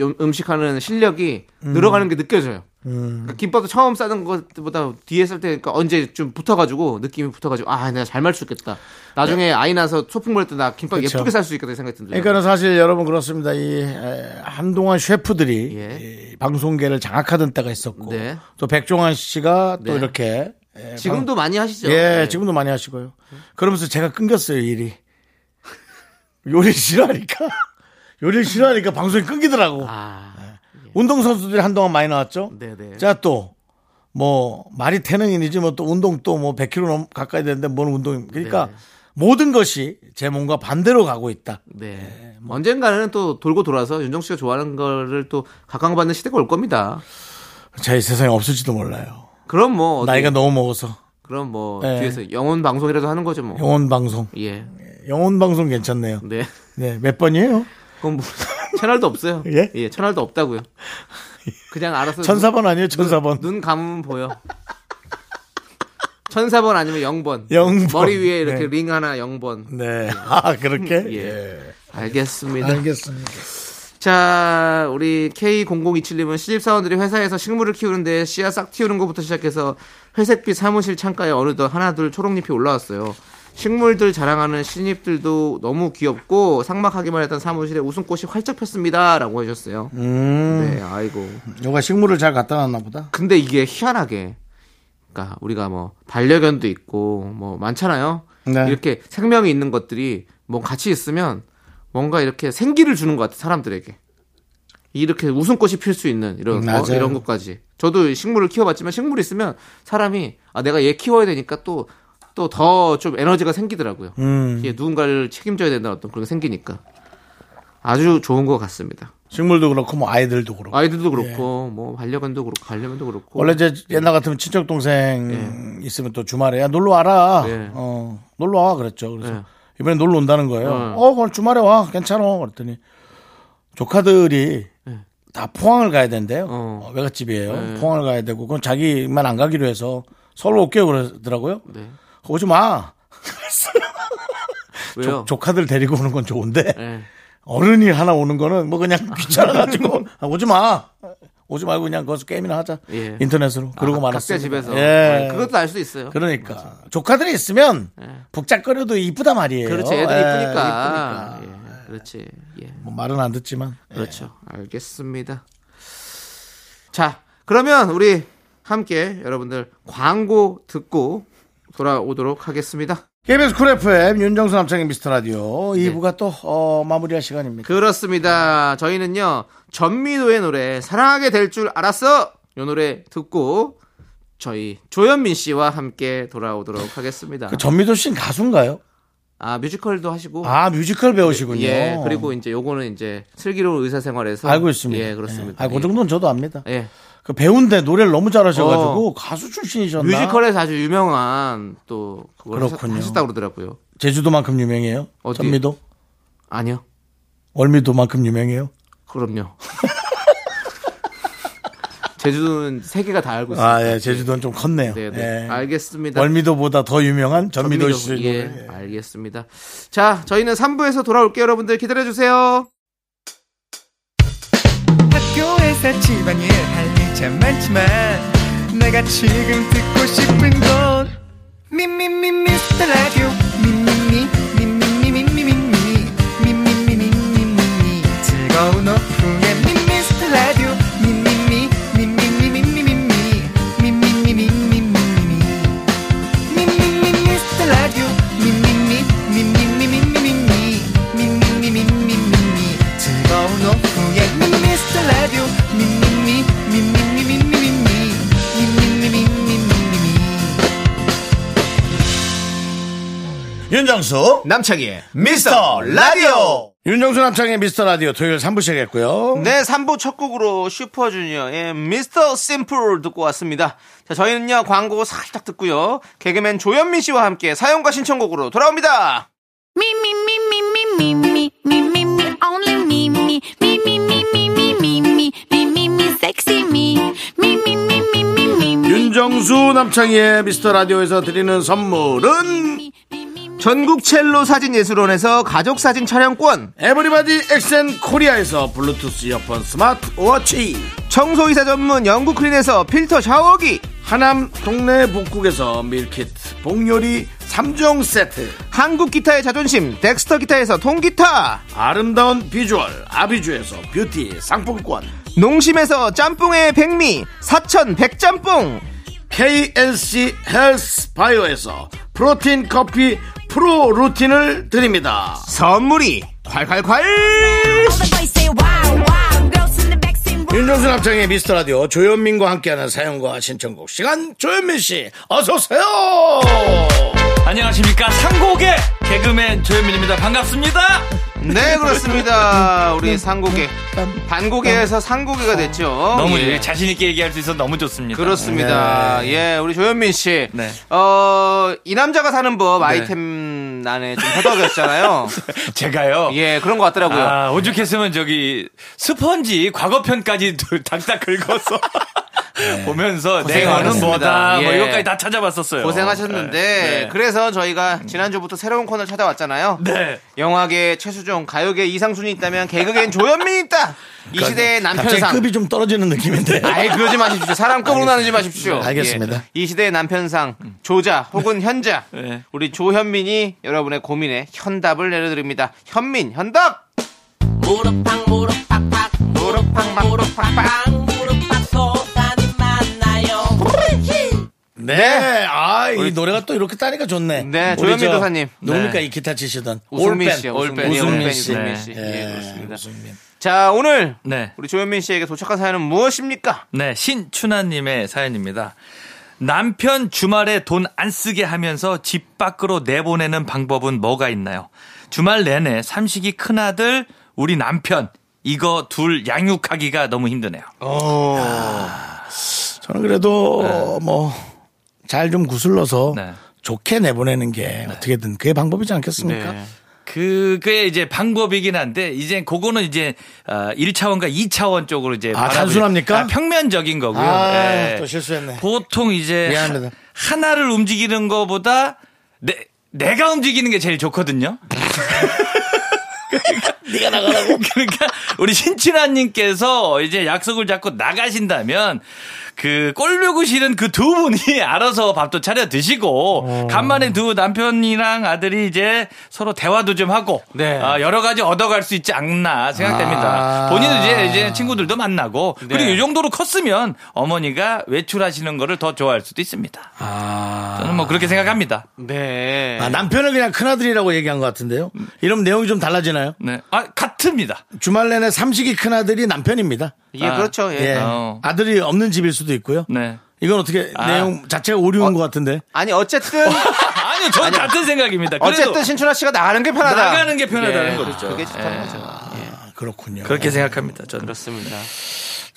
음, 음식하는 실력이 늘어가는 게 느껴져요. 그러니까 김밥도 처음 싸는 것보다 뒤에 쌀 때, 그러니까 언제 좀 붙어가지고, 느낌이 붙어가지고, 아, 내가 잘 말수있겠다 나중에 아이 낳아서 소풍 보낼 때나 김밥
네. 그쵸.
예쁘게 쌀 수 있겠다 생각이 든다.
그러니까는 사실 여러분 그렇습니다. 이 에, 한동안 셰프들이
예.
이 방송계를 장악하던 때가 있었고
네.
또 백종원 씨가 또
네.
이렇게 에,
지금도 많이 하시죠?
예,
네.
지금도 많이 하시고요. 그러면서 제가 끊겼어요, 일이. 요리 싫어하니까. 요리 싫어하니까 방송이 끊기더라고.
아,
운동선수들이 한동안 많이 나왔죠?
네네.
제가 또, 뭐, 말이 태능인이지, 뭐 또 운동 또 뭐 100km 넘 가까이 되는데 뭔 운동입니까? 그러니까
네네.
모든 것이 제 몸과 반대로 가고 있다.
네. 언젠가는 또 돌고 돌아서 윤정 씨가 좋아하는 거를 또 각광받는 시대가 올 겁니다.
제 세상에 없을지도 몰라요.
그럼 뭐, 어디-
나이가 너무 먹어서.
그럼 뭐,
네.
뒤에서 영혼 방송이라도 하는 거죠 뭐.
영혼 방송.
예.
영혼 방송 괜찮네요.
네.
네, 몇 번이에요?
그건 뭐, 채널도 없어요.
예?
채널도 없다고요. 그냥 알아서
천사번 아니에요? 천사번.
눈 감으면 보여. 천사번 아니면 영번
영 번.
머리 위에 이렇게
네.
링 하나 영번
네. 아, 그렇게?
예.
예.
알겠습니다.
알겠습니다.
자, 우리 K0027님은 시집사원들이 회사에서 식물을 키우는데 씨앗 싹 틔우는 것부터 시작해서 회색빛 사무실 창가에 어느덧 하나둘 초록잎이 올라왔어요. 식물들 자랑하는 신입들도 너무 귀엽고 삭막하기만 했던 사무실에 웃음꽃이 활짝 폈습니다. 라고 해주셨어요.
음.
네, 아이고.
요가 식물을 잘 갖다 놨나 보다.
근데 이게 희한하게 그러니까 우리가 뭐 반려견도 있고 뭐 많잖아요.
네.
이렇게 생명이 있는 것들이 뭐 같이 있으면 뭔가 이렇게 생기를 주는 것 같아 사람들에게. 이렇게 웃음꽃이 필 수 있는 이런
음,
거,
맞아요.
이런 것까지. 저도 식물을 키워봤지만 식물 이 있으면 사람이 아 내가 얘 키워야 되니까 또 또 더 좀 에너지가 생기더라고요.
음.
이게 누군가를 책임져야 된다는 어떤 그런 게 생기니까 아주 좋은 것 같습니다.
식물도 그렇고 뭐 아이들도 그렇고.
아이들도 뭐. 그렇고 뭐 반려견도 그렇고 반려견도 그렇고
예. 원래 이제 옛날 같으면 친척 동생 있으면 또 주말에 야 놀러 와라.
예.
어 놀러 와 그랬죠. 그래서
예.
이번에 놀러 온다는 거예요.
어.
어 그럼 주말에 와 괜찮아. 그랬더니 조카들이 다 포항을 가야 된대요.
예. 어.
어, 외갓집이에요. 포항을 가야 되고 그건 자기만 안 가기로 해서 서울로 올게요 그러더라고요.
네.
오지 마.
왜요?
조, 카들 데리고 오는 건 좋은데
예.
어른이 하나 오는 거는 뭐 그냥 귀찮아가지고 아, 오지 마. 오지 말고 그냥 거기서 게임이나 하자.
예.
인터넷으로. 그러고
아,
말았어요.
각자 집에서
예.
네, 그것도 알 수 있어요. 예.
그러니까 조카들이 있으면 북적거려도 이쁘다 말이에요.
그렇지 애들
예,
이쁘니까.
이쁘니까.
예, 그렇지. 예.
뭐 말은 안 듣지만
그렇죠. 알겠습니다. 자, 그러면 우리 함께 여러분들 광고 듣고 돌아오도록 하겠습니다.
KBS 쿨 FM 윤정수 남창의 미스터 라디오
네.
2부가 또 어, 마무리할 시간입니다.
그렇습니다. 저희는요 전미도의 노래 사랑하게 될 줄 알았어 이 노래 듣고 저희 조현민 씨와 함께 돌아오도록 하겠습니다.
그 전미도 씨는 가수인가요?
아 뮤지컬도 하시고
아 뮤지컬 배우시군요.
예, 그리고 이제 요거는 이제 슬기로운 의사생활에서
알고 있습니다.
예, 그렇습니다.
아, 그 정도는 저도 압니다.
예. 예.
그 배우인데 노래를 너무 잘하셔가지고 가수 출신이셨나?
어. 뮤지컬에서 아주 유명한 또 그걸
그렇군요.
하셨다 고 그러더라고요.
제주도만큼 유명해요?
어디?
전미도?
아니요.
월미도만큼 유명해요?
그럼요. 제주도는 세계가 다 알고 있습니다.
아, 예, 제주도는 좀 컸네요.
네, 네.
예.
알겠습니다.
월미도보다 더 유명한 전미도 네. 씨.
예, 알겠습니다. 자, 저희는 3부에서 돌아올게요, 여러분들. 기다려주세요.
학교에서 집안일 할 일 참 많지만 내가 지금 듣고 싶은 건 미미미 미스터 라디오 미미미 미미미 미미미 미미미 미미미 즐거운 오후에 미스터 라디오 미미미 미미미 미미미 미미미 미미미 미미미 예, 즐거운 오후에 미스터 라디오 미미미
윤정수
남창희의
미스터 라디오
윤정수 남창의 미스터 라디오 토요일 3부 시작했고요.
네, 3부 첫 곡으로 슈퍼주니어의 미스터 심플 듣고 왔습니다. 자, 저희는요, 광고 살짝 듣고요. 개그맨 조현민 씨와 함께 사연과 신청곡으로 돌아옵니다.
Me, me, me, me, me, me, me, me, me, me, only me, me, me, me, me, me, me, me, me, me, me, me, sexy me, me, me, me, me, me, me, me,
윤정수 남창의 미스터 라디오에서 드리는 선물은
me, me, me.
전국 첼로 사진 예술원에서 가족 사진 촬영권,
에브리바디 엑센 코리아에서 블루투스 이어폰 스마트 워치
청소이사 전문 영국 클린에서 필터 샤워기,
하남 동네 북국에서 밀키트 복요리 3종 세트
한국 기타의 자존심, 덱스터 기타에서 통기타,
아름다운 비주얼 아비주에서 뷰티 상품권
농심에서 짬뽕의 백미, 사천 백짬뽕,
KNC 헬스 바이오에서 프로틴 커피 프로 루틴을 드립니다
선물이 콸콸콸!
All the boys say wow, wow, girls in the back say wow.
윤정수 남창의 미스터라디오 조현민과 함께하는 사연과 신청곡 시간 조현민씨 어서오세요
안녕하십니까 상곡의 개그맨 조현민입니다 반갑습니다
네 그렇습니다
네.
우리 상고개 반고개에서 상고개가 됐죠
어, 너무
예.
자신 있게 얘기할 수 있어서 너무 좋습니다
그렇습니다 예 우리 조현민 씨어이
네.
남자가 사는 법 아이템 안에 좀 허덕였잖아요
제가요
예 그런 것 같더라고요
아, 오죽했으면 저기 스펀지 과거편까지 둘 닥닥 긁어서 보면서 내가는
네. 고생하셨습니다.
뭐다 뭐
예.
이것까지 다 찾아봤었어요
고생하셨는데
네.
그래서 저희가 지난주부터 새로운 코너를 찾아왔잖아요
네.
영화계 최수종 가요계 이상순이 있다면 개그계엔 조현민이 있다 이 시대의 남편상
갑자기 급이 좀 떨어지는 느낌인데
아이 예, 그러지 마십시오. 사람급으로 나누지 마십시오.
알겠습니다.
예. 이 시대의 남편상 조자 혹은 현자
네.
우리 조현민이 여러분의 고민에 현답을 내려드립니다. 현민 현답.
네. 아, 이 노래가 또 이렇게 따니까 좋네.
네,
우리
조현민
저
도사님.
누굽니까
네.
이 기타 치시던
우승민 씨, 올팬, 예,
우승민
올팬
씨.
우승민
네.
씨.
네,
예, 그렇습니다.
우승민.
자 오늘
네.
우리 조현민 씨에게 도착한 사연은 무엇입니까?
네, 신춘하님의 사연입니다. 남편 주말에 돈 안 쓰게 하면서 집 밖으로 내보내는 방법은 뭐가 있나요? 주말 내내 삼식이 큰아들, 우리 남편, 이거 둘 양육하기가 너무 힘드네요.
저는 그래도 뭐 잘 좀 구슬러서
네.
좋게 내보내는 게 어떻게든 그게 방법이지 않겠습니까?
네.
그게 이제 방법이긴 한데, 이제 그거는 이제 아, 1차원과 2차원 쪽으로 이제. 바라보죠.
단순합니까?
아, 평면적인 거고요.
아,
예.
또 실수했네.
보통 이제
미안합니다.
하, 나를 움직이는 거보다 내, 내가 움직이는 게 제일 좋거든요.
네가 나가라고.
그러니까 우리 신친아님께서 이제 약속을 잡고 나가신다면 그 꼴보기 싫은 그 두 분이 알아서 밥도 차려 드시고 간만에 두 남편이랑 아들이 이제 서로 대화도 좀 하고
네.
아, 여러 가지 얻어갈 수 있지 않나 생각됩니다.
아.
본인은 이제 이제 친구들도 만나고 그리고 이 정도로 컸으면 어머니가 외출하시는 거를 더 좋아할 수도 있습니다. 저는 뭐 그렇게 생각합니다.
네.
아, 남편을 그냥 큰아들이라고 얘기한 것 같은데요. 이러면 내용이 좀 달라지나요?
네, 아 같습니다.
주말 내내 삼식이 큰아들이 남편입니다.
예 그렇죠. 예.
예.
어.
아들이 없는 집일 수도 있고요.
네.
이건 어떻게
아.
내용 자체가 오류인 것 같은데.
아니 어쨌든
아니요, 전 같은 생각입니다. 네, 그래도
어쨌든 신춘하 씨가 나가는 게 편하다.
나가는 게 편하다는
예,
거죠.
그게 좋다는 거죠.
아, 그렇군요.
그렇게 생각합니다. 저는
그렇습니다.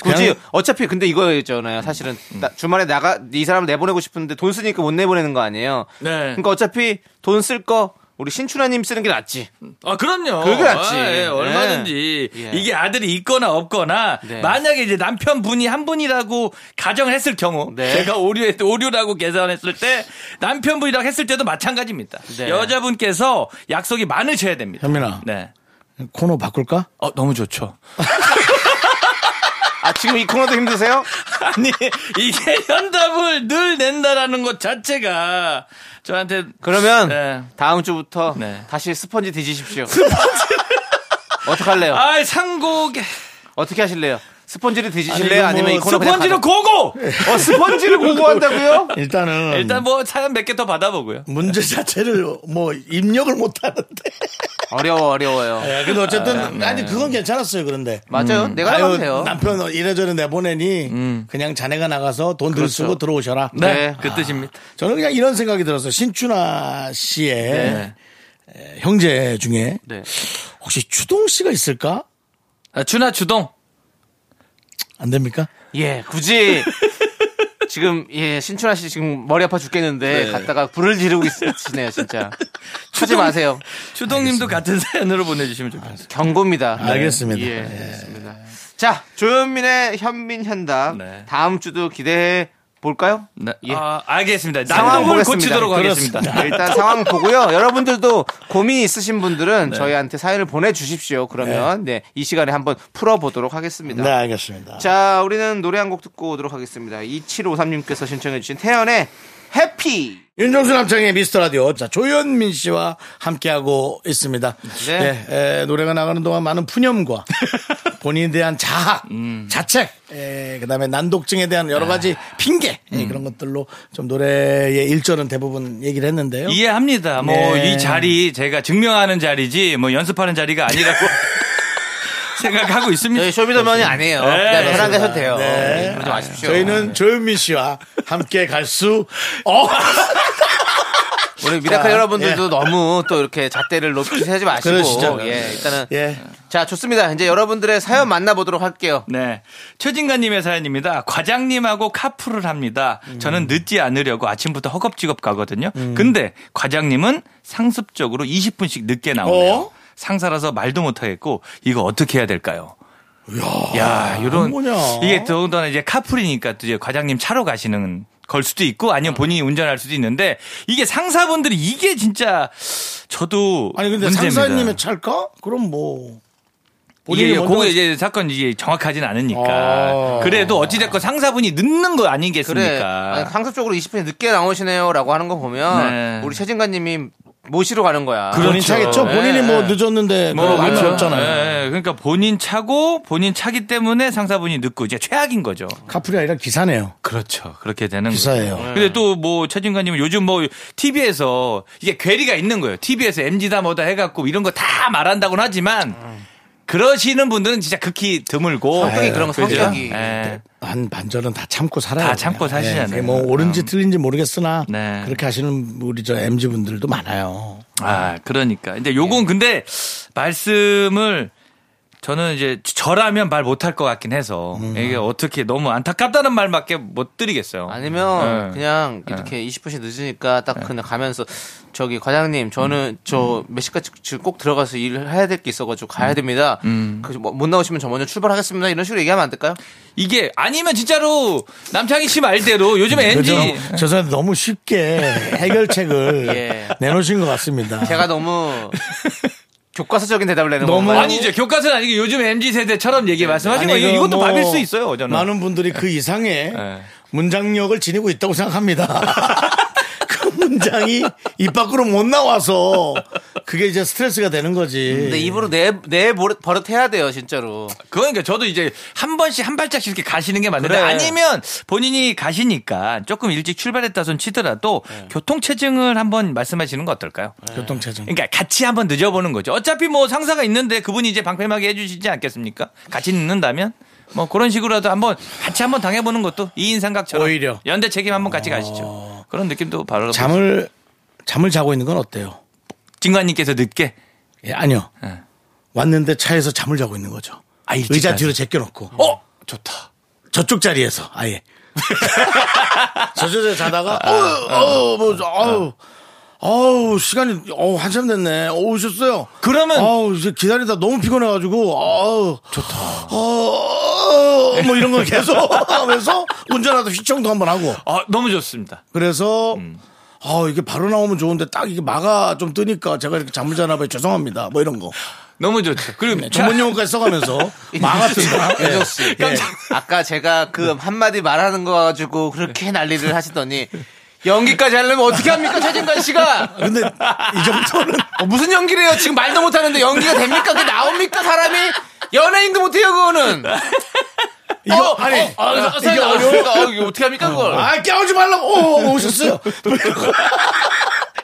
굳이
그냥-
어차피 근데 이거잖아요. 사실은
음.
나- 주말에 나가 이 사람을 내보내고 싶은데 돈 쓰니까 못 내보내는 거 아니에요.
네.
그러니까 어차피 돈 쓸 거 우리 신춘하님 쓰는 게 낫지.
아 그럼요.
그게 낫지.
아, 예, 얼마든지
예.
이게 아들이 있거나 없거나
네.
만약에 이제 남편분이 한 분이라고 가정했을 경우
네.
제가 오류했 오류라고 계산했을 때 남편분이라고 했을 때도 마찬가지입니다.
네.
여자분께서 약속이 많으셔야 됩니다.
현민아.
네.
코너 바꿀까?
어 너무 좋죠.
아 지금 이 코너도 힘드세요?
아니 이게 현답을 늘 낸다라는 것 자체가 저한테
그러면
네.
다음 주부터
네.
다시 스펀지 뒤지십시오. 어떡할래요?
아 상곡에
어떻게 하실래요? 스펀지를 뒤지실래요?
아니, 이거
네, 아니면 이
뭐
코너 그냥
스펀지로
가져-
고고.
어, 스펀지를 고고한다고요?
일단은
일단 뭐 사연 몇 개 더 받아보고요.
문제 자체를 뭐 입력을 못 하는데.
어려워 어려워요.
네. 아,
근데 어쨌든 아니 그건 괜찮았어요. 그런데
맞아요.
음.
내가
아유,
하면 돼요.
남편 이래저래 내보내니 그냥 자네가 나가서 돈 들 쓰고 들어오셔라.
그렇죠. 네,
네.
그 뜻입니다.
저는 그냥 이런 생각이 들었어요. 신춘아 씨의
네.
에, 형제 중에
네.
혹시 추동 씨가 있을까?
아, 주나 주동.
안 됩니까?
예, 굳이 지금 예 신춘하 씨 지금 머리 아파 죽겠는데 갔다가 불을 지르고 있으시네요 진짜. 하지 마세요.
주동님도 같은 사연으로 보내주시면 좋겠습니다.
경고입니다.
아,
네.
알겠습니다.
예, 알겠습니다. 자, 조현민의 현민 현답
네.
다음 주도 기대해 볼까요?
네.
예.
아, 알겠습니다.
상황
남동을
보겠습니다.
고치도록
그렇습니다.
하겠습니다.
일단 상황 보고요. 여러분들도 고민이 있으신 분들은 저희한테 사연을 보내주십시오. 그러면 네. 이 시간에 한번 풀어보도록 하겠습니다.
네, 알겠습니다.
자, 우리는 노래 한 곡 듣고 오도록 하겠습니다. 2753님께서 신청해주신 태연의 해피!
윤정수 남창의 미스터 라디오. 자, 조현민 씨와 함께하고 있습니다.
네.
예, 에, 노래가 나가는 동안 많은 푸념과 본인에 대한 자학,
음.
자책, 에, 그다음에 난독증에 대한 여러 가지
네.
핑계 예,
음.
그런 것들로 좀 노래의 일절은 대부분 얘기를 했는데요.
이해합니다. 뭐
네.
이 자리 제가 증명하는 자리지 뭐 연습하는 자리가 아니라고 생각하고 있습니다.
저희 네, 쇼미더머니 아니에요. 그냥 편한 데서 돼요.
네.
그러지 마십시오.
저희는 조현민 씨와 함께 갈 수
어?
없.
우리 미라클
자, 예.
여러분들도 너무 또 이렇게 잣대를 높이 세지 마시고.
그러시죠.
예, 일단은.
예.
자, 좋습니다. 이제 여러분들의 사연 만나보도록 할게요.
네. 최진관님의 사연입니다. 과장님하고 카풀을 합니다.
음.
저는 늦지 않으려고 아침부터 허겁지겁 가거든요. 근데 과장님은 상습적으로 20분씩 늦게 나오네요.
어?
상사라서 말도 못하겠고 이거 어떻게 해야 될까요? 야, 이런
뭐냐.
이게 더군다나 이제 카풀이니까 또 이제 과장님 차로 가시는 걸 수도 있고 아니면 본인이 운전할 수도 있는데 이게 상사분들이 이게 진짜 저도
아니 근데
문제입니다.
상사님의 찰까? 그럼 뭐 본인이
이게
먼저
그게 이제 사건 이제 정확하진 않으니까
아.
그래도 어찌됐건 상사분이 늦는 거
그래.
아니겠습니까?
아니, 상습적으로 20분이 늦게 나오시네요라고 하는 거 보면
네.
우리 최진관님이 모시러 가는 거야.
그렇죠.
본인 차겠죠. 본인이
예.
뭐 늦었는데 뭐
뭐
그렇죠.
그렇죠.
없잖아요.
예, 예. 그러니까 본인 차고 본인 차기 때문에 상사분이 늦고 이제 최악인 거죠.
카풀이 아니라 기사네요.
그렇죠. 그렇게 되는
기사예요.
거죠. 근데 또 뭐 최진관님은 요즘 뭐 TV에서 이게 괴리가 있는 거예요. TV에서 MG다 뭐다 해갖고 이런 거 다 말한다고는 하지만 그러시는 분들은 진짜 극히 드물고
성격이 그런 거,
그죠?
성격이.
예.
한 반절은 다 참고 살아요.
다 참고
그냥.
사시잖아요.
그게 뭐 옳은지 틀린지 모르겠으나
네.
그렇게 하시는 우리 저 MZ 분들도 많아요.
아, 그러니까. 이제
네.
요건 근데 말씀을 저는 이제 저라면 말 못할 것 같긴 해서
음.
이게 어떻게 너무 안타깝다는 말밖에 못 드리겠어요.
아니면
예.
그냥 이렇게 20분씩 늦으니까 딱 그냥 가면서 저기 과장님
음.
저는 저 몇 시까지 지금 꼭 들어가서 일을 해야 될 게 있어가지고
음.
가야 됩니다. 그래서 뭐못 나오시면 저 먼저 출발하겠습니다. 이런 식으로 얘기하면 안 될까요?
이게 아니면 진짜로 남창희 씨 말대로 요즘에
네, 그죠?
NG
죄송한데 너무 쉽게 해결책을
예.
내놓으신 것 같습니다.
제가 너무 교과서적인 대답을 내는
너무-
건가요?
아니 이제 교과서는 아니고 요즘 MZ 세대처럼 얘기 말씀하신
아니,
거예요.
이거
이것도
뭐
밥일 수 있어요. 저는.
많은 분들이 그 이상의
예.
문장력을 지니고 있다고 생각합니다. 그 문장이 입 밖으로 못 나와서 그게 이제 스트레스가 되는 거지.
근데 입으로 내, 내 버릇, 버릇 해야 돼요, 진짜로.
그러니까 저도 이제 한 번씩 한 발짝씩 이렇게 가시는 게 맞는데
그래.
아니면 본인이 가시니까 조금 일찍 출발했다 손 치더라도
네.
교통체증을 한번 말씀하시는 거 어떨까요?
교통체증.
그러니까 같이 한번 늦어보는 거죠. 어차피 뭐 상사가 있는데 그분이 이제 방패막이 해주시지 않겠습니까? 같이 늦는다면 뭐 그런 식으로라도 한번 같이 한번 당해보는 것도 이인 삼각처럼
오히려.
연대 책임 한번 같이
어.
가시죠. 그런 느낌도 바로
잠을 잠을 자고 있는 건 어때요?
진관님께서 늦게
예, 아니요.
예.
왔는데 차에서 잠을 자고 있는 거죠.
아, 일찍
의자
자죠.
뒤로 제껴놓고
어 좋다.
저쪽 자리에서 아예 저쪽 자리 자다가
아,
어우 어우 뭐 어우 어우 시간이 어우 한참 됐네 어 오셨어요
그러면-
어우 이제 기다리다 너무 피곤해가지고 어우 좋다 어뭐 이런 걸 계속 하면서 운전하다 휘청도 한번 하고
아 너무 좋습니다.
그래서
음.
아 이게 바로 나오면 좋은데 딱 이게 마가 좀 뜨니까 제가 이렇게 잠을 자나 봐요 죄송합니다 뭐 이런 거
너무 좋죠.
네,
그리고 자-
전문용어까지 써가면서 마 같은 거
윤정 씨,
예. 네.
아까 제가 그 한마디 말하는 거 가지고 그렇게 난리를 하시더니 연기까지 하려면 어떻게 합니까, 최진관 씨가?
근데 이 정도는
어, 무슨 연기를 해요? 지금 말도 못하는데 연기가 됩니까? 그게 나옵니까, 사람이? 연예인도 못해요, 그거는.
이거 아니
아, 어,
이게
어려우니까 어, 이거 어떻게 합니까, 그걸?
아 깨우지 말라고 오, 오, 오셨어요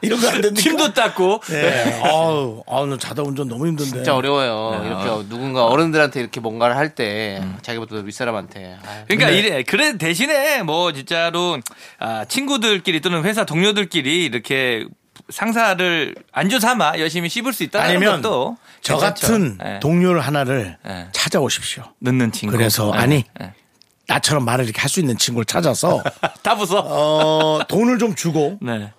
이런 거 안 된다
힘도 땄고
네. 아우 아우 나 자다 운전 너무 힘든데
진짜 어려워요.
네,
이렇게 누군가 어른들한테 이렇게 뭔가를 할 때
음.
자기보다 윗사람한테.
네.
아유.
그러니까 이래 그래 대신에 뭐 진짜로 아, 친구들끼리 또는 회사 동료들끼리 이렇게 상사를 안주 삼아 열심히 씹을 수 있다는
아니면
것도
저
괜찮죠.
같은
예.
동료를 하나를
예.
찾아오십시오.
늦는 친구.
그래서
예,
아니
예.
나처럼 말을 이렇게 할 수 있는 친구를 찾아서
다 부서.
어, 돈을 좀 주고
네.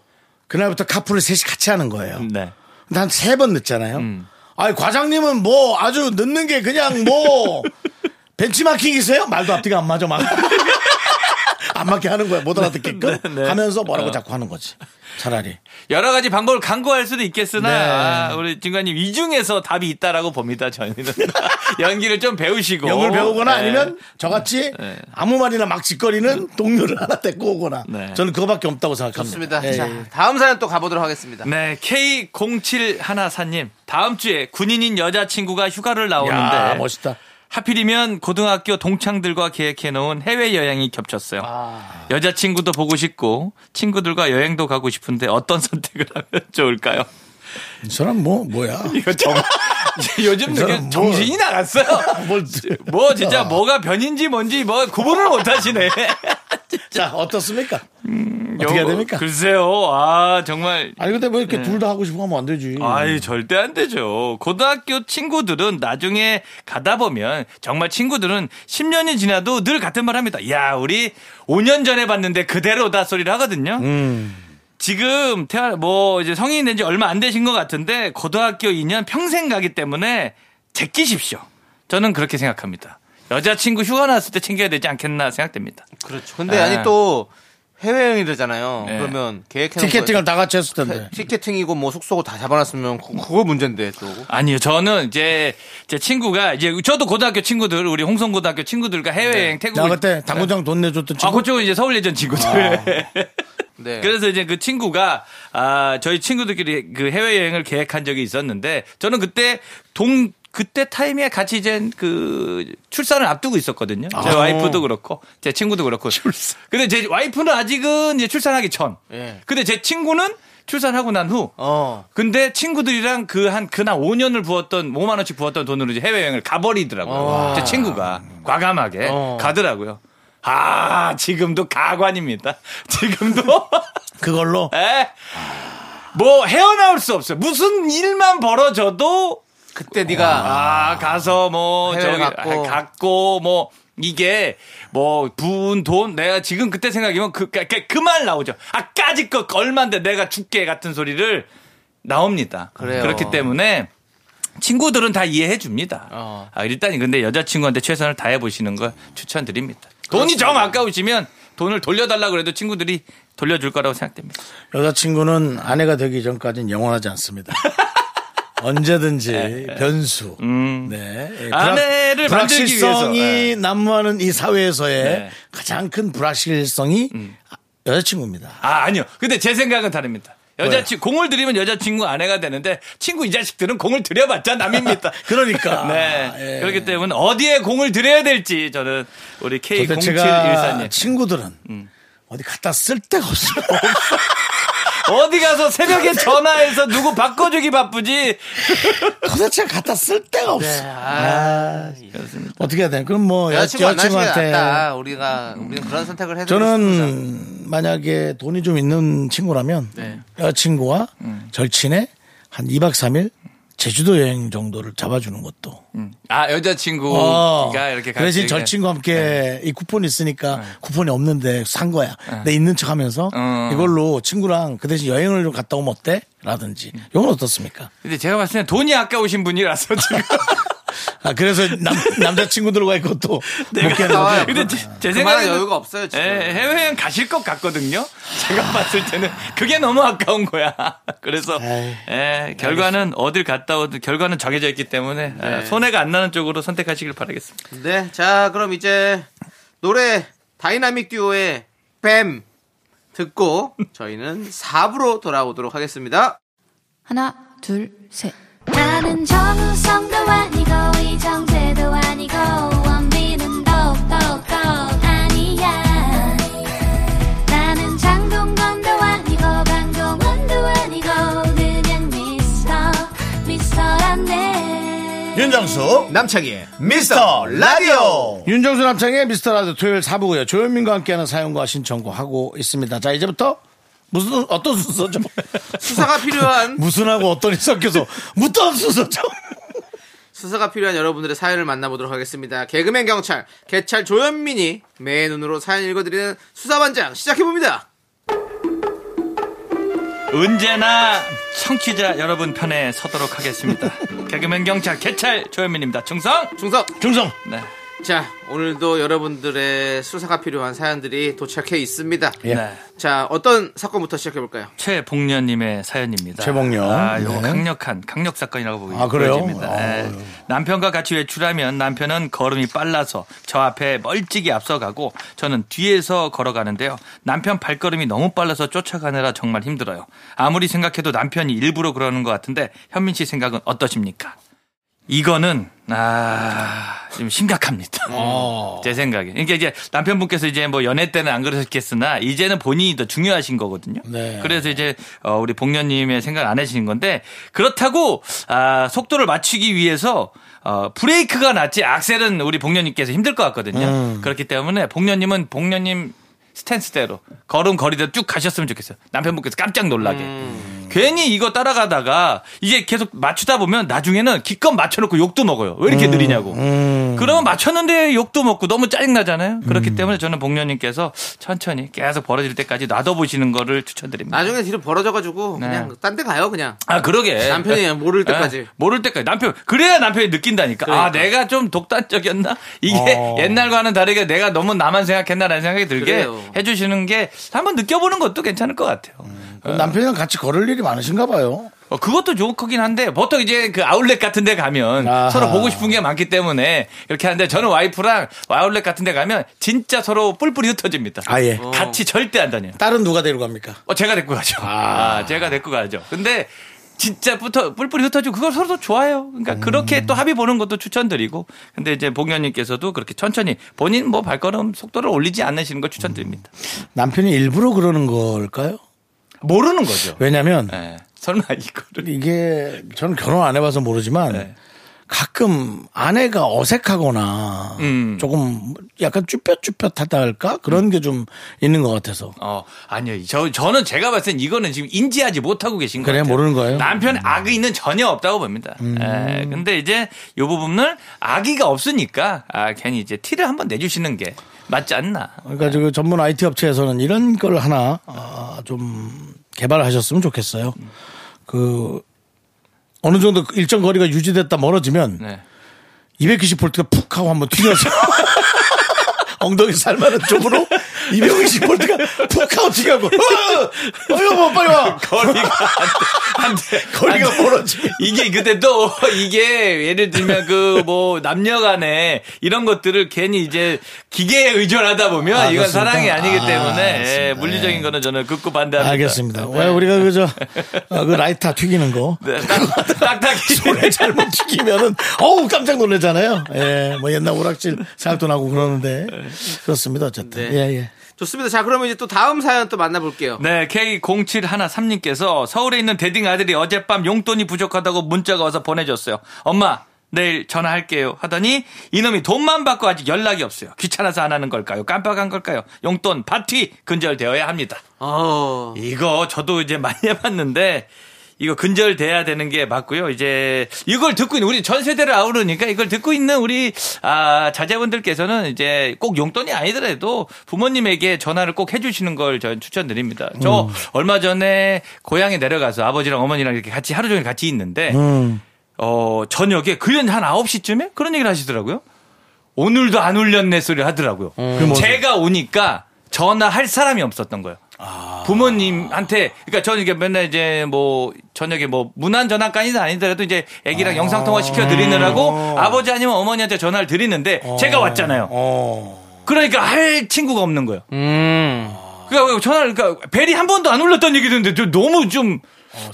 그날부터 카풀을 셋이 같이 하는 거예요.
네.
근데 한 세 번 늦잖아요.
음.
아니 과장님은 뭐 아주 늦는 게 그냥 뭐 벤치마킹이세요? 말도 앞뒤가 안 맞아 막. 안 맞게 하는 거야. 못 알아듣게끔
네.
하면서 뭐라고 자꾸 하는 거지. 차라리.
여러 가지 방법을 강구할 수도 있겠으나
네.
아, 우리 중간님 이 중에서 답이 있다라고 봅니다. 저희는 연기를 좀 배우시고
영어를 배우거나
네.
아니면 저같이 아무 말이나 막 짓거리는 동료를 하나 데리고 오거나
네.
저는 그거밖에 없다고 생각합니다.
좋습니다.
예,
자,
예.
다음 사연 또 가보도록 하겠습니다.
네 K 07 하나사님 다음 주에 군인인 여자친구가 휴가를 나오는데
야, 멋있다.
하필이면 고등학교 동창들과 계획해 놓은 해외 여행이 겹쳤어요. 여자친구도 보고 싶고 친구들과 여행도 가고 싶은데 어떤 선택을 하면 좋을까요?
이 사람 뭐 뭐야?
이거 정 요즘
저는
이게
뭘-
정신이 나갔어요.
뭘- 아.
뭐 진짜 뭐가 변인지 뭔지 뭐 구분을 못 하시네.
자 어떻습니까? 어떻게 해야 됩니까?
음, 글쎄요. 아, 정말
아니 근데 뭐 이렇게 둘 다 하고 싶어 하면 안 되지.
아이 절대 안 되죠. 고등학교 친구들은 나중에 가다 보면 정말 친구들은 10년이 지나도 늘 같은 말 합니다. 야, 우리 5년 전에 봤는데 그대로다 소리를 하거든요.
음.
지금 태아 뭐 이제 성인이 된 지 얼마 안 되신 것 같은데 고등학교 2년 평생 가기 때문에 제끼십시오. 저는 그렇게 생각합니다. 여자친구 휴가 나왔을 때 챙겨야 되지 않겠나 생각됩니다.
그렇죠. 근데
네.
예.
아니 또 해외여행이잖아요.
네.
그러면 계획해
티켓팅을 다 같이 했을 텐데.
티켓팅이고 뭐 숙소고 다 잡아놨으면 그- 그거 문제인데 또.
아니요, 저는 이제 제 친구가 이제 저도 고등학교 친구들 우리 홍성고등학교 친구들과 해외여행 태국
네. 나 그때 당구장 돈 내줬던
뭐 아,
친구. 아.
그쪽은 이제 서울 예전 친구들.
네.
그래서 이제 그 친구가 아, 저희 친구들끼리 그 해외 여행을 계획한 적이 있었는데 저는 그때 동 그때 타이밍에 같이 이제 그 출산을 앞두고 있었거든요. 제
아.
와이프도 그렇고 제 친구도 그렇고. 출산. 근데 제 와이프는 아직은 이제 출산하기 전.
예.
근데 제 친구는 출산하고 난 후.
어.
근데 친구들이랑 그 한 그날 5년을 부었던 5만 원씩 부었던 돈으로 이제 해외 여행을 가버리더라고요. 제 친구가 과감하게
어.
가더라고요. 아 지금도 가관입니다. 지금도
그걸로
에? 뭐 헤어나올 수 없어요. 무슨 일만 벌어져도
그때 네가
아 가서 뭐
해외를
저기
갔고.
갖고. 갖고 뭐 이게 뭐 부은 돈 내가 지금 그때 생각하면 그그 말 나오죠. 아 까짓 거 얼마인데 내가 줄게 같은 소리를 나옵니다.
그래요.
그렇기 때문에 친구들은 다 이해해 줍니다.
어.
아, 일단 근데 여자친구한테 최선을 다해 보시는 걸 추천드립니다. 돈이 정 아까우시면 돈을 돌려달라 그래도 친구들이 돌려줄 거라고 생각됩니다.
여자친구는 아내가 되기 전까지는 영원하지 않습니다. 언제든지 변수. 네. 예, 불확-
음. 아내를 만들기
불확실성이
위해서,
난무하는 이 사회에서의
네. 음.
가장 큰 불확실성이 아, 여자친구입니다.
아, 아니요. 근데 제 생각은 다릅니다. 여자친 공을 들이면 여자친구 아내가 되는데 친구 이 자식들은 공을 들여봤자 남입니다.
그러니까.
네.
예.
그렇기 때문에 어디에 공을 들여야 될지 저는 우리
도대체가
K0714님 음.
친구들은 어디 갔다 쓸 데가 없어요.
어디 가서 새벽에 전화해서 누구 바꿔주기 바쁘지.
도대체 갖다 쓸 데가 없어.
네,
아, 어떻게 해야 되나? 그럼 뭐 여-
여자친구 안 나시는 게
여자친구한테
낫다. 우리가 우리는 그런 선택을 해드리고 싶습니다.
저는 만약에 돈이 좀 있는 친구라면
네.
여자친구와
음.
절친의 한 2박 3일 제주도 여행 정도를 잡아주는 것도.
아,
어,
여자친구가 이렇게 네.
그 대신
같이
절친과 함께 이 쿠폰이 있으니까 쿠폰이 없는데 산 거야. 내 있는 척 하면서
네. 어.
이걸로 친구랑 그 대신 여행을 좀 갔다 오면 어때? 라든지. 이건 어떻습니까?
근데 제가 봤을 때 돈이 아까우신 분이라서 지금.
아, 그래서 남, 남자친구들과의 것도 못 깨는
나와요.
거죠.
근데 제, 제
그만한
생각에는
여유가 없어요 지금.
예, 해외여행 가실 것 같거든요. 제가 봤을 때는 그게 너무 아까운 거야. 그래서
에이,
예, 결과는 어딜 갔다 오든 결과는 정해져 있기 때문에 아, 손해가 안 나는 쪽으로 선택하시길 바라겠습니다.
예.
네, 자 그럼 이제 노래 다이나믹 듀오의 뱀 듣고 저희는 4부로 돌아오도록 하겠습니다.
하나, 둘, 셋.
나는 정우성도 아니고 이정재도 아니고 원빈은 더욱더 아니야 나는 장동건도 아니고 방종원도 아니고 그냥 미스터 미스터란데
윤정수
남창희의
미스터 라디오
윤정수 남창의 미스터라디오 토요일 4부고요. 조현민과 함께하는 사연과 신청곡 하고 있습니다. 자 이제부터 무슨 어떤 순서죠?
수사가 필요한
무슨하고 어떤이 섞여서 무떤 순서죠?
수사가 필요한 여러분들의 사연을 만나보도록 하겠습니다. 개그맨 경찰 개찰 조현민이 매의 눈으로 사연 읽어드리는 수사반장 시작해 봅니다.
언제나 청취자 여러분 편에 서도록 하겠습니다. 개그맨 경찰 개찰 조현민입니다. 충성.
중성.
중성
네.
자 오늘도 여러분들의 수사가 필요한 사연들이 도착해 있습니다.
네.
자 어떤 사건부터 시작해 볼까요?
최복년님의 사연입니다.
최복년.
아, 요거
네.
강력한 강력 사건이라고 보기
아, 그래요?
보여집니다.
아,
예. 남편과 같이 외출하면 남편은 걸음이 빨라서 저 앞에 멀찍이 앞서가고 저는 뒤에서 걸어가는데요. 남편 발걸음이 너무 빨라서 쫓아가느라 정말 힘들어요. 아무리 생각해도 남편이 일부러 그러는 것 같은데 현민 씨 생각은 어떠십니까? 이거는 아, 좀 심각합니다. 제 생각에. 그러니까 이제 남편분께서 이제 뭐 연애 때는 안 그러셨겠으나 이제는 본인이 더 중요하신 거거든요.
네.
그래서 이제 어, 우리 복년님의 생각 안 하시는 건데 그렇다고 아, 속도를 맞추기 위해서 어, 브레이크가 낫지 악셀은 우리 복년님께서 힘들 것 같거든요. 그렇기 때문에 복년님은 복년님 스탠스대로 걸음 거리대로 쭉 가셨으면 좋겠어요. 남편분께서 깜짝 놀라게. 괜히 이거 따라가다가 이게 계속 맞추다 보면 나중에는 기껏 맞춰놓고 욕도 먹어요. 왜 이렇게 느리냐고. 그러면 맞췄는데 욕도 먹고 너무 짜증나잖아요. 그렇기 때문에 저는 복년님께서 천천히 계속 벌어질 때까지 놔둬보시는 거를 추천드립니다.
나중에 뒤로 벌어져가지고
네.
그냥 딴 데 가요 그냥.
아, 그러게.
남편이 모를 때까지.
예, 모를 때까지. 남편, 그래야 남편이 느낀다니까. 아,
그러니까. 어.
내가 좀 독단적이었나? 이게 옛날과는 다르게 내가 너무 나만 생각했나라는 생각이 들게
그래요.
해주시는 게 한번 느껴보는 것도 괜찮을 것 같아요.
남편이랑 같이 걸을 일이 많으신가 봐요.
어, 그것도 좋긴 한데 보통 이제 그 아울렛 같은 데 가면
아하.
서로 보고 싶은 게 많기 때문에 이렇게 하는데 저는 와이프랑 아울렛 같은 데 가면 진짜 서로 뿔뿔이 흩어집니다.
아, 예.
같이 절대 안 다녀요.
딸은 누가 데리고 갑니까?
어, 제가 데리고 가죠. 아, 제가 데리고 가죠. 근데 진짜 붙어, 뿔뿔이 흩어지고 그걸 서로 좋아요.
음.
그러니까 그렇게 또 합의 보는 것도 추천드리고. 근데 이제 봉현님께서도 그렇게 천천히 본인 뭐 발걸음 속도를 올리지 않으시는 걸 추천드립니다.
음. 남편이 일부러 그러는 걸까요?
모르는 거죠.
왜냐면
예. 설마 이거를.
그러니까 이게 저는 결혼 안 해봐서 모르지만
네.
가끔 아내가 어색하거나
음.
조금 약간 쭈뼛쭈뼛하다 할까 그런 게 좀 있는 것 같아서
어, 아니요. 저, 저는 제가 봤을 땐 이거는 지금 인지하지 못하고 계신 것
그래,
같아요.
모르는 거예요? 음.
남편 악의는 전혀 없다고 봅니다. 예, 근데 이제 요 부분을 악의가 없으니까, 아, 괜히 이제 티를 한번 내주시는 게 맞지 않나.
그러니까 지금 전문 IT 업체에서는 이런 걸 하나 아, 좀 개발하셨으면 좋겠어요. 그 어느 정도 일정 거리가 유지됐다 멀어지면
네.
220볼트가 푹 하고 한번 튀어서 엉덩이 살만한 쪽으로 220볼트가 푹 하고 튀어고 어여 뭐 빨리 와
거리가 안 돼. 안 돼.
거리가
안 돼.
멀어지.
이게 근데 또 이게 예를 들면 그 뭐 남녀 간에 이런 것들을 괜히 이제 기계에 의존하다 보면
아,
이건
그렇습니까?
사랑이 아니기
아,
때문에 예,
알겠습니다. 네.
물리적인 거는 저는 극구 반대합니다.
알겠습니다. 왜 우리가 그저 어, 그 라이터 튀기는 거
네, 딱- 딱딱이
손에 잘못 튀기면은 어우 깜짝 놀라잖아요. 예, 뭐 옛날 오락실 생각도 나고 그러는데 그렇습니다. 어쨌든
네.
예 예.
좋습니다. 자 그러면 이제 또 다음 사연 또 만나볼게요.
네, K0713님께서 서울에 있는 대딩 아들이 어젯밤 용돈이 부족하다고 문자가 와서 보내줬어요. 엄마, 내일 전화할게요. 하더니 이놈이 돈만 받고 아직 연락이 없어요. 귀찮아서 안 하는 걸까요? 깜빡한 걸까요? 용돈 바티 근절되어야 합니다.
어.
이거 저도 이제 많이 해봤는데 이거 근절돼야 되는 게 맞고요. 이제 이걸 듣고 있는 우리 전 세대를 아우르니까 이걸 듣고 있는 우리 아 자제분들께서는 이제 꼭 용돈이 아니더라도 부모님에게 전화를 꼭 해주시는 걸 저는 추천드립니다. 저 얼마 전에 고향에 내려가서 아버지랑 어머니랑 이렇게 같이 하루 종일 같이 있는데 어 저녁에 그런 한 9시쯤에 그런 얘기를 하시더라고요. 오늘도 안 울렸네 소리를 하더라고요. 음. 그 제가 오니까 전화할 사람이 없었던 거예요. 아. 부모님한테 그러니까 저는 이게 맨날 이제 뭐 저녁에 뭐 무난 전화까지는 아니더라도 이제 아기랑 영상 통화 시켜 드리느라고 아버지 아니면 음. 어머니한테 전화를 드리는데 제가 왔잖아요. 그러니까 할 친구가 없는 거예요. 그러니까 전화를 그러니까 벨이 한 번도 안 울렸다는 얘기 듣는데 저 너무 좀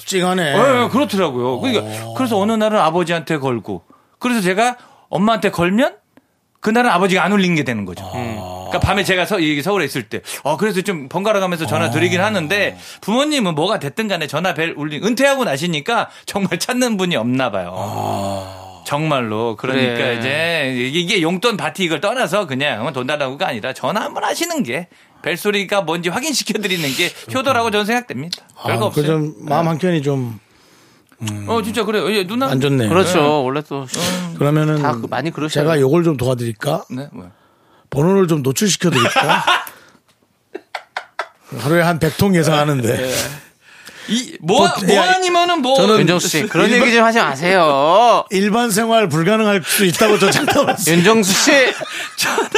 찡하네.
예, 예, 그렇더라고요. 그러니까 그래서 어느 날은 아버지한테 걸고 그래서 제가 엄마한테 걸면 그날은 아버지가 안 울린 게 되는 거죠. 그러니까 밤에 제가 서, 이 서울에 있을 때, 어, 그래서 좀 번갈아 가면서 전화 드리긴 하는데 부모님은 뭐가 됐든 간에 전화 벨 울린, 은퇴하고 나시니까 정말 찾는 분이 없나 봐요. 정말로 아. 그러니까
그래.
이제 이게 용돈 파티 이걸 떠나서 그냥 뭐 돈 달라고가 아니라 전화 한번 하시는 게 벨소리가 뭔지 확인시켜 드리는 게 효도라고 저는 생각됩니다. 별거 없어요.
아,
네.
그좀 마음 한 켠이 좀 안
어 진짜 그래요. 예, 누나
좋네요.
그렇죠. 원래 또
음. 그러면은
다그 많이 그러셔요.
제가 요걸 좀 도와드릴까?
네, 뭐야.
번호를 좀 노출시켜 드릴까? 하루에 한 100통 예상하는데.
네. 이, 뭐,
또-
뭐
야,
아니면은 뭐.
윤정수 씨 그런
일반-
얘기 좀 하지 마세요.
일반 생활 불가능할 수 있다고 저 장담했어요.
윤정수 씨,
저는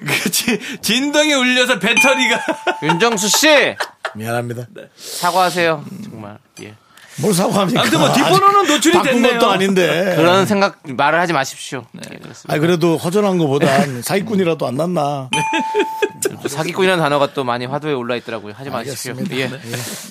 그 지- 진동이 울려서 배터리가.
윤정수 씨
미안합니다.
사과하세요. 정말 예.
뭘 사과합니까?
네. 아무튼 뭐 뒷번호는 노출이
바꾼
됐네요. 그렇죠.
것도 아닌데.
그런 생각 말을 하지 마십시오. 예, 그렇습니다.
아 그래도 허전한 거보단 사기꾼이라도 안 났나.
또 사기꾼이라는 단어가 또 많이 화두에 올라 있더라고요. 하지 마십시오. 예.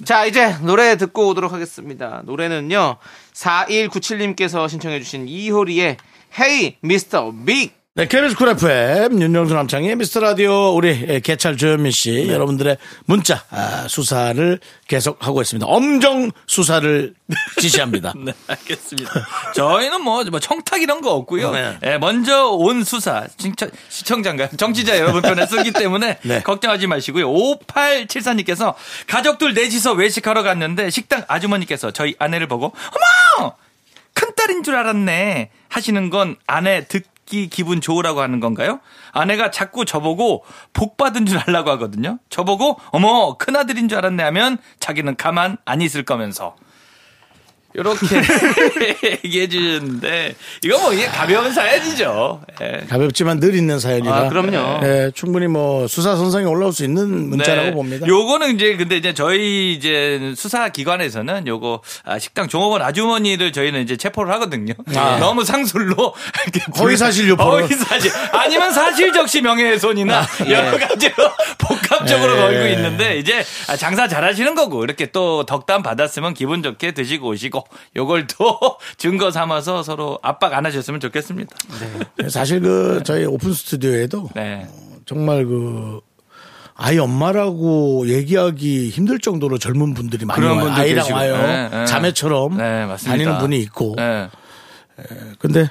자, 이제 노래 듣고 오도록 하겠습니다. 노래는요. 4197님께서 신청해 주신 이효리의 헤이 미스터 빅
네, 케빈스 쿨 FM, 윤정수 남창희, 미스터 라디오, 우리 예, 개찰 조현민 씨, 여러분들의 문자 아, 수사를 계속하고 있습니다. 엄정 수사를 지시합니다.
네, 알겠습니다. 저희는 뭐, 뭐 청탁 이런 거 없고요. 예, 먼저 온 수사, 시청, 시청자인가요? 정치자 여러분 편에 쓰기 때문에
네.
걱정하지 마시고요. 5874님께서 가족들 넷이서 외식하러 갔는데 식당 아주머니께서 저희 아내를 보고 어머! 큰딸인 줄 알았네. 하시는 건 아내 듣기 기분 좋으라고 하는 건가요? 아내가 자꾸 저보고 복 받은 줄 알라고 하거든요. 저보고 어머 큰아들인 줄 알았네 하면 자기는 가만 안 있을 거면서 이렇게 얘기해 주셨는데 이거 뭐 이게 가벼운 사연이죠. 예.
가볍지만 늘 있는 사연이라.
아, 그럼요.
예, 충분히 뭐 수사 선상에 올라올 수 있는 문자라고
네.
봅니다.
요거는 이제 근데 이제 저희 이제 수사 기관에서는 요거 아, 식당 종업원 아주머니를 저희는 이제 체포를 하거든요. 예. 너무 상술로 이렇게
아.
불-
허위사실 유포로.
허위사실 아니면 사실적시 명예훼손이나 여러 가지로 복합적으로
예.
걸고 있는데 이제 아, 장사 잘하시는 거고 이렇게 또 덕담 받았으면 기분 좋게 드시고 오시고 요걸 또 증거 삼아서 서로 압박 안 하셨으면 좋겠습니다.
사실 그 저희 오픈 스튜디오에도
네.
정말 그 아이 엄마라고 얘기하기 힘들 정도로 젊은 분들이 많이
그런
와요.
분들
아이랑
계시고.
와요.
네, 네.
자매처럼
네, 맞습니다.
다니는 분이 있고.
네.
근데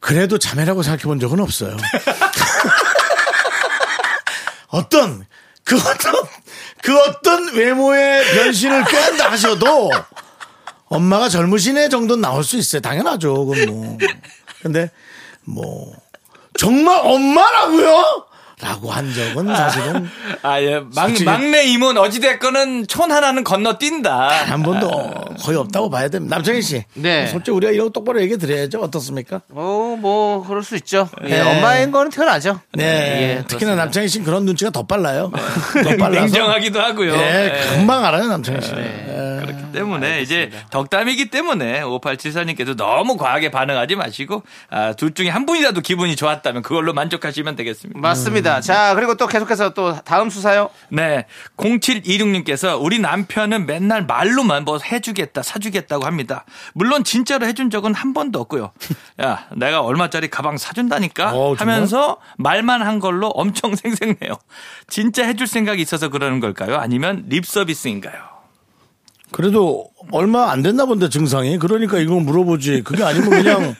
그래도 자매라고 생각해 본 적은 없어요. 어떤 그 어떤 그 어떤 외모의 변신을 꾀한다 하셔도 엄마가 젊으시네 정도는 나올 수 있어요. 당연하죠. 그건 뭐. 근데 뭐 정말 엄마라고요? 라고 한 적은 사실은
아, 예. 막,
솔직히-
막내 임은 어찌됐거든 촌 하나는 건너뛴다.
한 번도 거의 없다고 봐야 됩니다. 남창희 씨.
네.
솔직히 우리가 이런 거 똑바로 얘기 드려야죠. 어떻습니까?
어, 뭐 그럴 수 있죠. 예,
네.
엄마인 거는 태어나죠.
네.
예,
특히나 남창희 씨는 그런 눈치가 더 빨라요. 더 빨라서.
네. 냉정하기도 하고요.
예,
예.
금방 알아요, 남창희 씨는.
네.
예.
그렇기 때문에 이제 덕담이기 때문에 5874님께서 너무 과하게 반응하지 마시고 아, 둘 중에 한 분이라도 기분이 좋았다면 그걸로 만족하시면 되겠습니다.
맞습니다. 자, 그리고 또 계속해서 또 다음 수사요.
네. 0726님께서 우리 남편은 맨날 말로만 뭐 해주겠다, 사주겠다고 합니다. 물론 진짜로 해준 적은 한 번도 없고요. 야, 내가 얼마짜리 가방 사준다니까
어, 정말?
하면서 말만 한 걸로 엄청 생생해요. 진짜 해줄 생각이 있어서 그러는 걸까요? 아니면 립 서비스인가요?
그래도 얼마 안 됐나 본데 증상이. 그러니까 이거 물어보지. 그게 아니면 그냥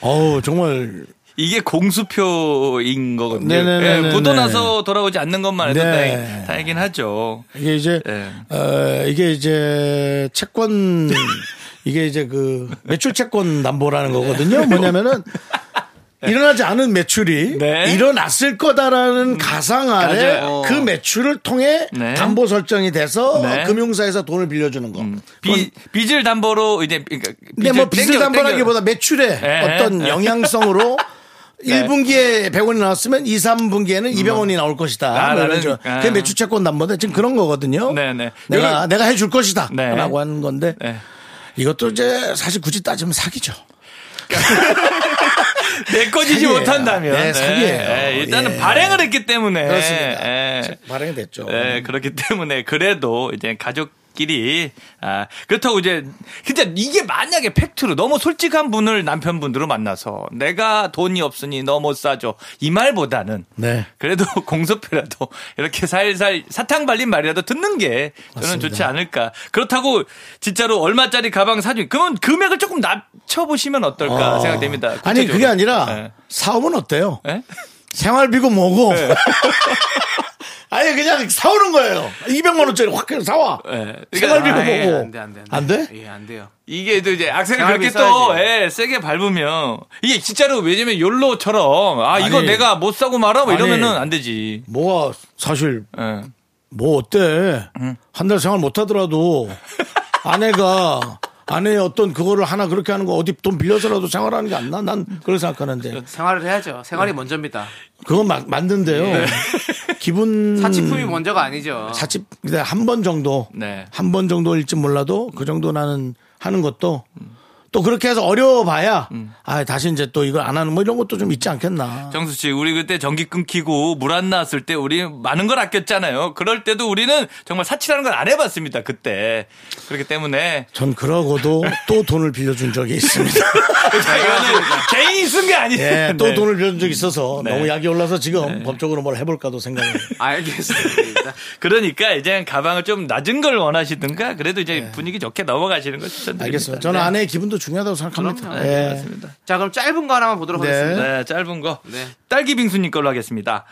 어우 정말
이게 공수표인 거거든요.
네네네네네.
예, 묻어나서 돌아오지 않는 것만 해도
네.
다행, 다행이긴 하죠.
이게 이제
네.
어, 이게 이제 채권 이게 이제 그 매출 채권 담보라는
네.
거거든요. 뭐냐면은 일어나지 않은 매출이
네. 음.
일어났을 거다라는 가상 아래
맞아요.
그 매출을 통해
네.
담보 설정이 돼서
네. 음.
금융사에서 돈을 빌려주는 거. 뭐
비, 빚을 담보로 이제 그러니까
근데 뭐 빚을
땡겨-
담보라기보다 매출에
예. 네.
어떤 영향성으로 1분기에 100원이 나왔으면 2, 3분기에는 200원이 나올 것이다.
아,
뭐 이런
나는-
저-
아.
그게 매출 채권 담보인데 지금 그런 거거든요.
네네.
내가
여기-
내가 해줄 것이다.
네.
라고 하는 건데
네.
이것도 이제 사실 굳이 따지면 사기죠.
내 거지지
사기예요.
못한다면
네, 사기예요.
예, 일단은
예.
발행을 했기 때문에
그렇습니다.
예.
발행이 됐죠.
예, 그렇기 때문에 그래도 이제 가족 가족끼리 아, 그렇다고 이제 진짜 이게 만약에 팩트로 너무 솔직한 분을 남편분들을 만나서 내가 돈이 없으니 너 못 사줘 이 말보다는
네.
그래도 공소표라도 이렇게 살살 사탕 발린 말이라도 듣는 게 저는
맞습니다.
좋지 않을까. 그렇다고 진짜로 얼마짜리 가방 사주 그러면 금액을 조금 낮춰보시면 어떨까
어.
생각됩니다.
아니, 그게
구체적으로.
아니라
네.
사업은 어때요?
네?
생활비고 뭐고. 아니, 그냥 사오는 거예요. 200만원짜리 확 그냥 사와.
네.
생활비고
아, 예,
뭐고.
안 돼, 안 돼.
안 돼?
예, 안 돼요.
이게 또 이제 악셀을
생활비
그렇게 또
써야지.
예, 세게 밟으면 이게 진짜로 왜냐면 욜로처럼 아 이거
아니.
내가 못 사고 말아 뭐 이러면은
아니.
안 되지.
뭐가 사실
예.
뭐 어때?
음.
한 달 생활 못 하더라도 아내가 아내의 어떤 그거를 하나 그렇게 하는 거 어디 돈 빌려서라도 생활하는 게 안 나? 난 그렇게 생각하는데.
생활을 해야죠. 생활이 먼저입니다.
그건 막, 맞는데요.
네.
기분.
사치품이 먼저가 아니죠.
사치, 근데 한 번 정도.
네.
한 번 정도일지 몰라도 그 정도 나는 하는 것도 또 그렇게 해서 어려워봐야
음.
아, 다시 이제 또 이걸 안 하는 뭐 이런 것도 좀 있지 않겠나.
정수 씨, 우리 그때 전기 끊기고 물 안 나왔을 때 우리 많은 걸 아꼈잖아요. 그럴 때도 우리는 정말 사치라는 걸 안 해봤습니다. 그때 그렇기 때문에
전 그러고도 또 돈을 빌려준 적이 있습니다.
저희가는 개인이 쓴 게 아니에요.
예, 네, 또
네.
돈을 빌려준 적이 있어서
네.
너무 약이 올라서 지금 법적으로 뭘 해볼까도 생각을.
알겠습니다.
그러니까 이제 가방을 좀 낮은 걸 원하시든가 그래도 이제 분위기 좋게 넘어가시는 걸
네.
추천드립니다. 네,
알겠습니다. 저는 아내의 기분도 중요하다고 생각합니다.
그럼요.
예.
자, 그럼 짧은 거 하나만 보도록
네.
하겠습니다.
네, 짧은 거.
네.
딸기 빙수님 걸로 하겠습니다.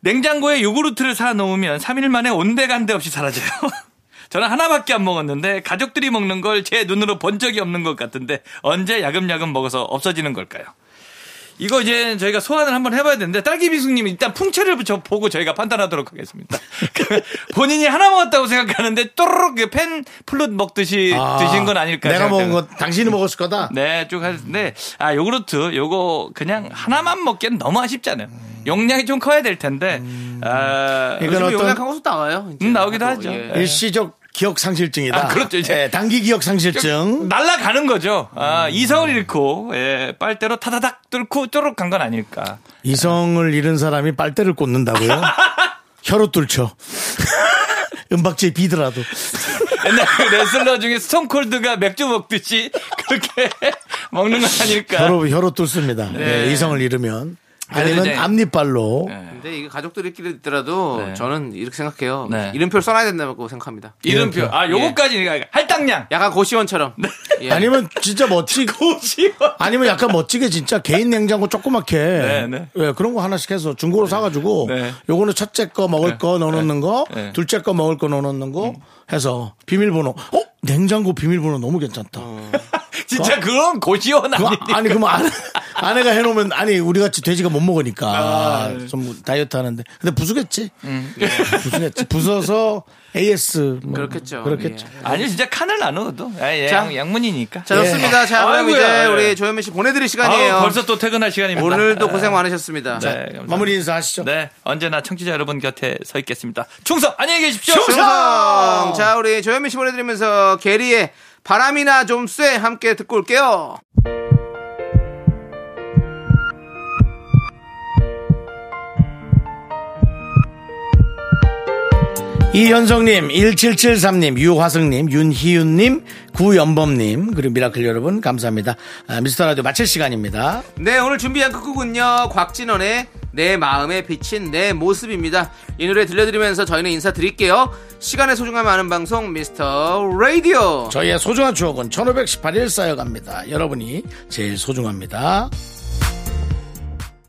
냉장고에 요구르트를 사 놓으면 3일 만에 온데간데 없이 사라져요. 저는 하나밖에 안 먹었는데 가족들이 먹는 걸 제 눈으로 본 적이 없는 것 같은데 언제 야금야금 먹어서 없어지는 걸까요? 이거 이제 저희가 소환을 한번 해봐야 되는데 딸기 빙수님 일단 풍채를 붙여 보고 저희가 판단하도록 하겠습니다. 본인이 하나 먹었다고 생각하는데 또르륵 그펜 플룻 먹듯이
아,
드신 건 아닐까
내가 먹은
생각되는.
거 당신이 먹었을 거다.
네, 쭉 하는데 아 요구르트 요거 그냥 하나만 먹기엔 너무 아쉽잖아요. 용량이 좀 커야 될 텐데 아,
이건
요즘
어떤
용약한 것도 나와요. 이제.
음, 나오기도
또,
하죠.
예.
일시적 기억 상실증이다.
아, 그렇죠, 이제.
예, 단기 기억 상실증.
날라가는 거죠. 아, 이성을 잃고 예, 빨대로 타다닥 뚫고 쪼록 간 건 아닐까.
이성을 잃은 사람이 빨대를 꽂는다고요? 혀로 뚫죠. 은박지에 비더라도.
옛날 그 레슬러 중에 스톤콜드가 맥주 먹듯이 그렇게 먹는 건 아닐까.
혀로, 혀로 뚫습니다.
네.
예, 이성을 잃으면. 아니면
이제-
앞니빨로.
근데 이게 가족들끼리 있더라도
네.
저는 이렇게 생각해요.
네.
이름표를 써놔야 된다고 생각합니다.
이름표. 네. 아, 요거까지 할당량.
약간 고시원처럼. 예.
아니면 진짜 멋지고. 아니면 약간 멋지게 진짜 개인 냉장고 조그맣게
네.
예, 그런 거 하나씩 해서 중고로 사가지고
네.
요거는 첫째 거 먹을 거 넣어놓는 거
네. 음.
둘째 거 먹을 거 넣어놓는 거 해서 비밀번호 어 냉장고 비밀번호 너무 괜찮다
어. 진짜 그런 고시원
그거
아니.
아, 아니 그럼 아내, 아내가 해놓으면 아니 우리 같이 돼지가 못 먹으니까
아, 네.
좀 다이어트 하는데 근데 부수겠지
음, 예.
부수겠지 부숴서 AS 뭐
그렇겠죠.
그렇겠죠
예.
아니 진짜 칸을 나눠도 아, 예,
자.
양, 양문이니까.
자, 좋습니다. 자, 그럼
아이고야,
이제
예.
우리 조현민 씨 보내드릴 시간이에요.
아우, 벌써 또 퇴근할 시간입니다.
오늘도 고생 많으셨습니다.
네, 감사합니다.
마무리 인사하시죠
네, 언제나 청취자 여러분 곁에 서 있겠습니다. 충성 안녕히 계십시오.
충성! 자, 우리 조현민 씨 보내드리면서 게리의 바람이나 좀 쐬 함께 듣고 올게요.
이현성님, 1773님, 유화성님, 윤희윤님, 구연범님, 그리고 미라클 여러분, 감사합니다. 아, 미스터 라디오 마칠 시간입니다.
네, 오늘 준비한 끝곡은요, 곽진원의 내 마음에 비친 내 모습입니다. 이 노래 들려드리면서 저희는 인사드릴게요. 시간의 소중함 아는 방송, 미스터 라디오.
저희의 소중한 추억은 1518일 쌓여갑니다. 여러분이 제일 소중합니다.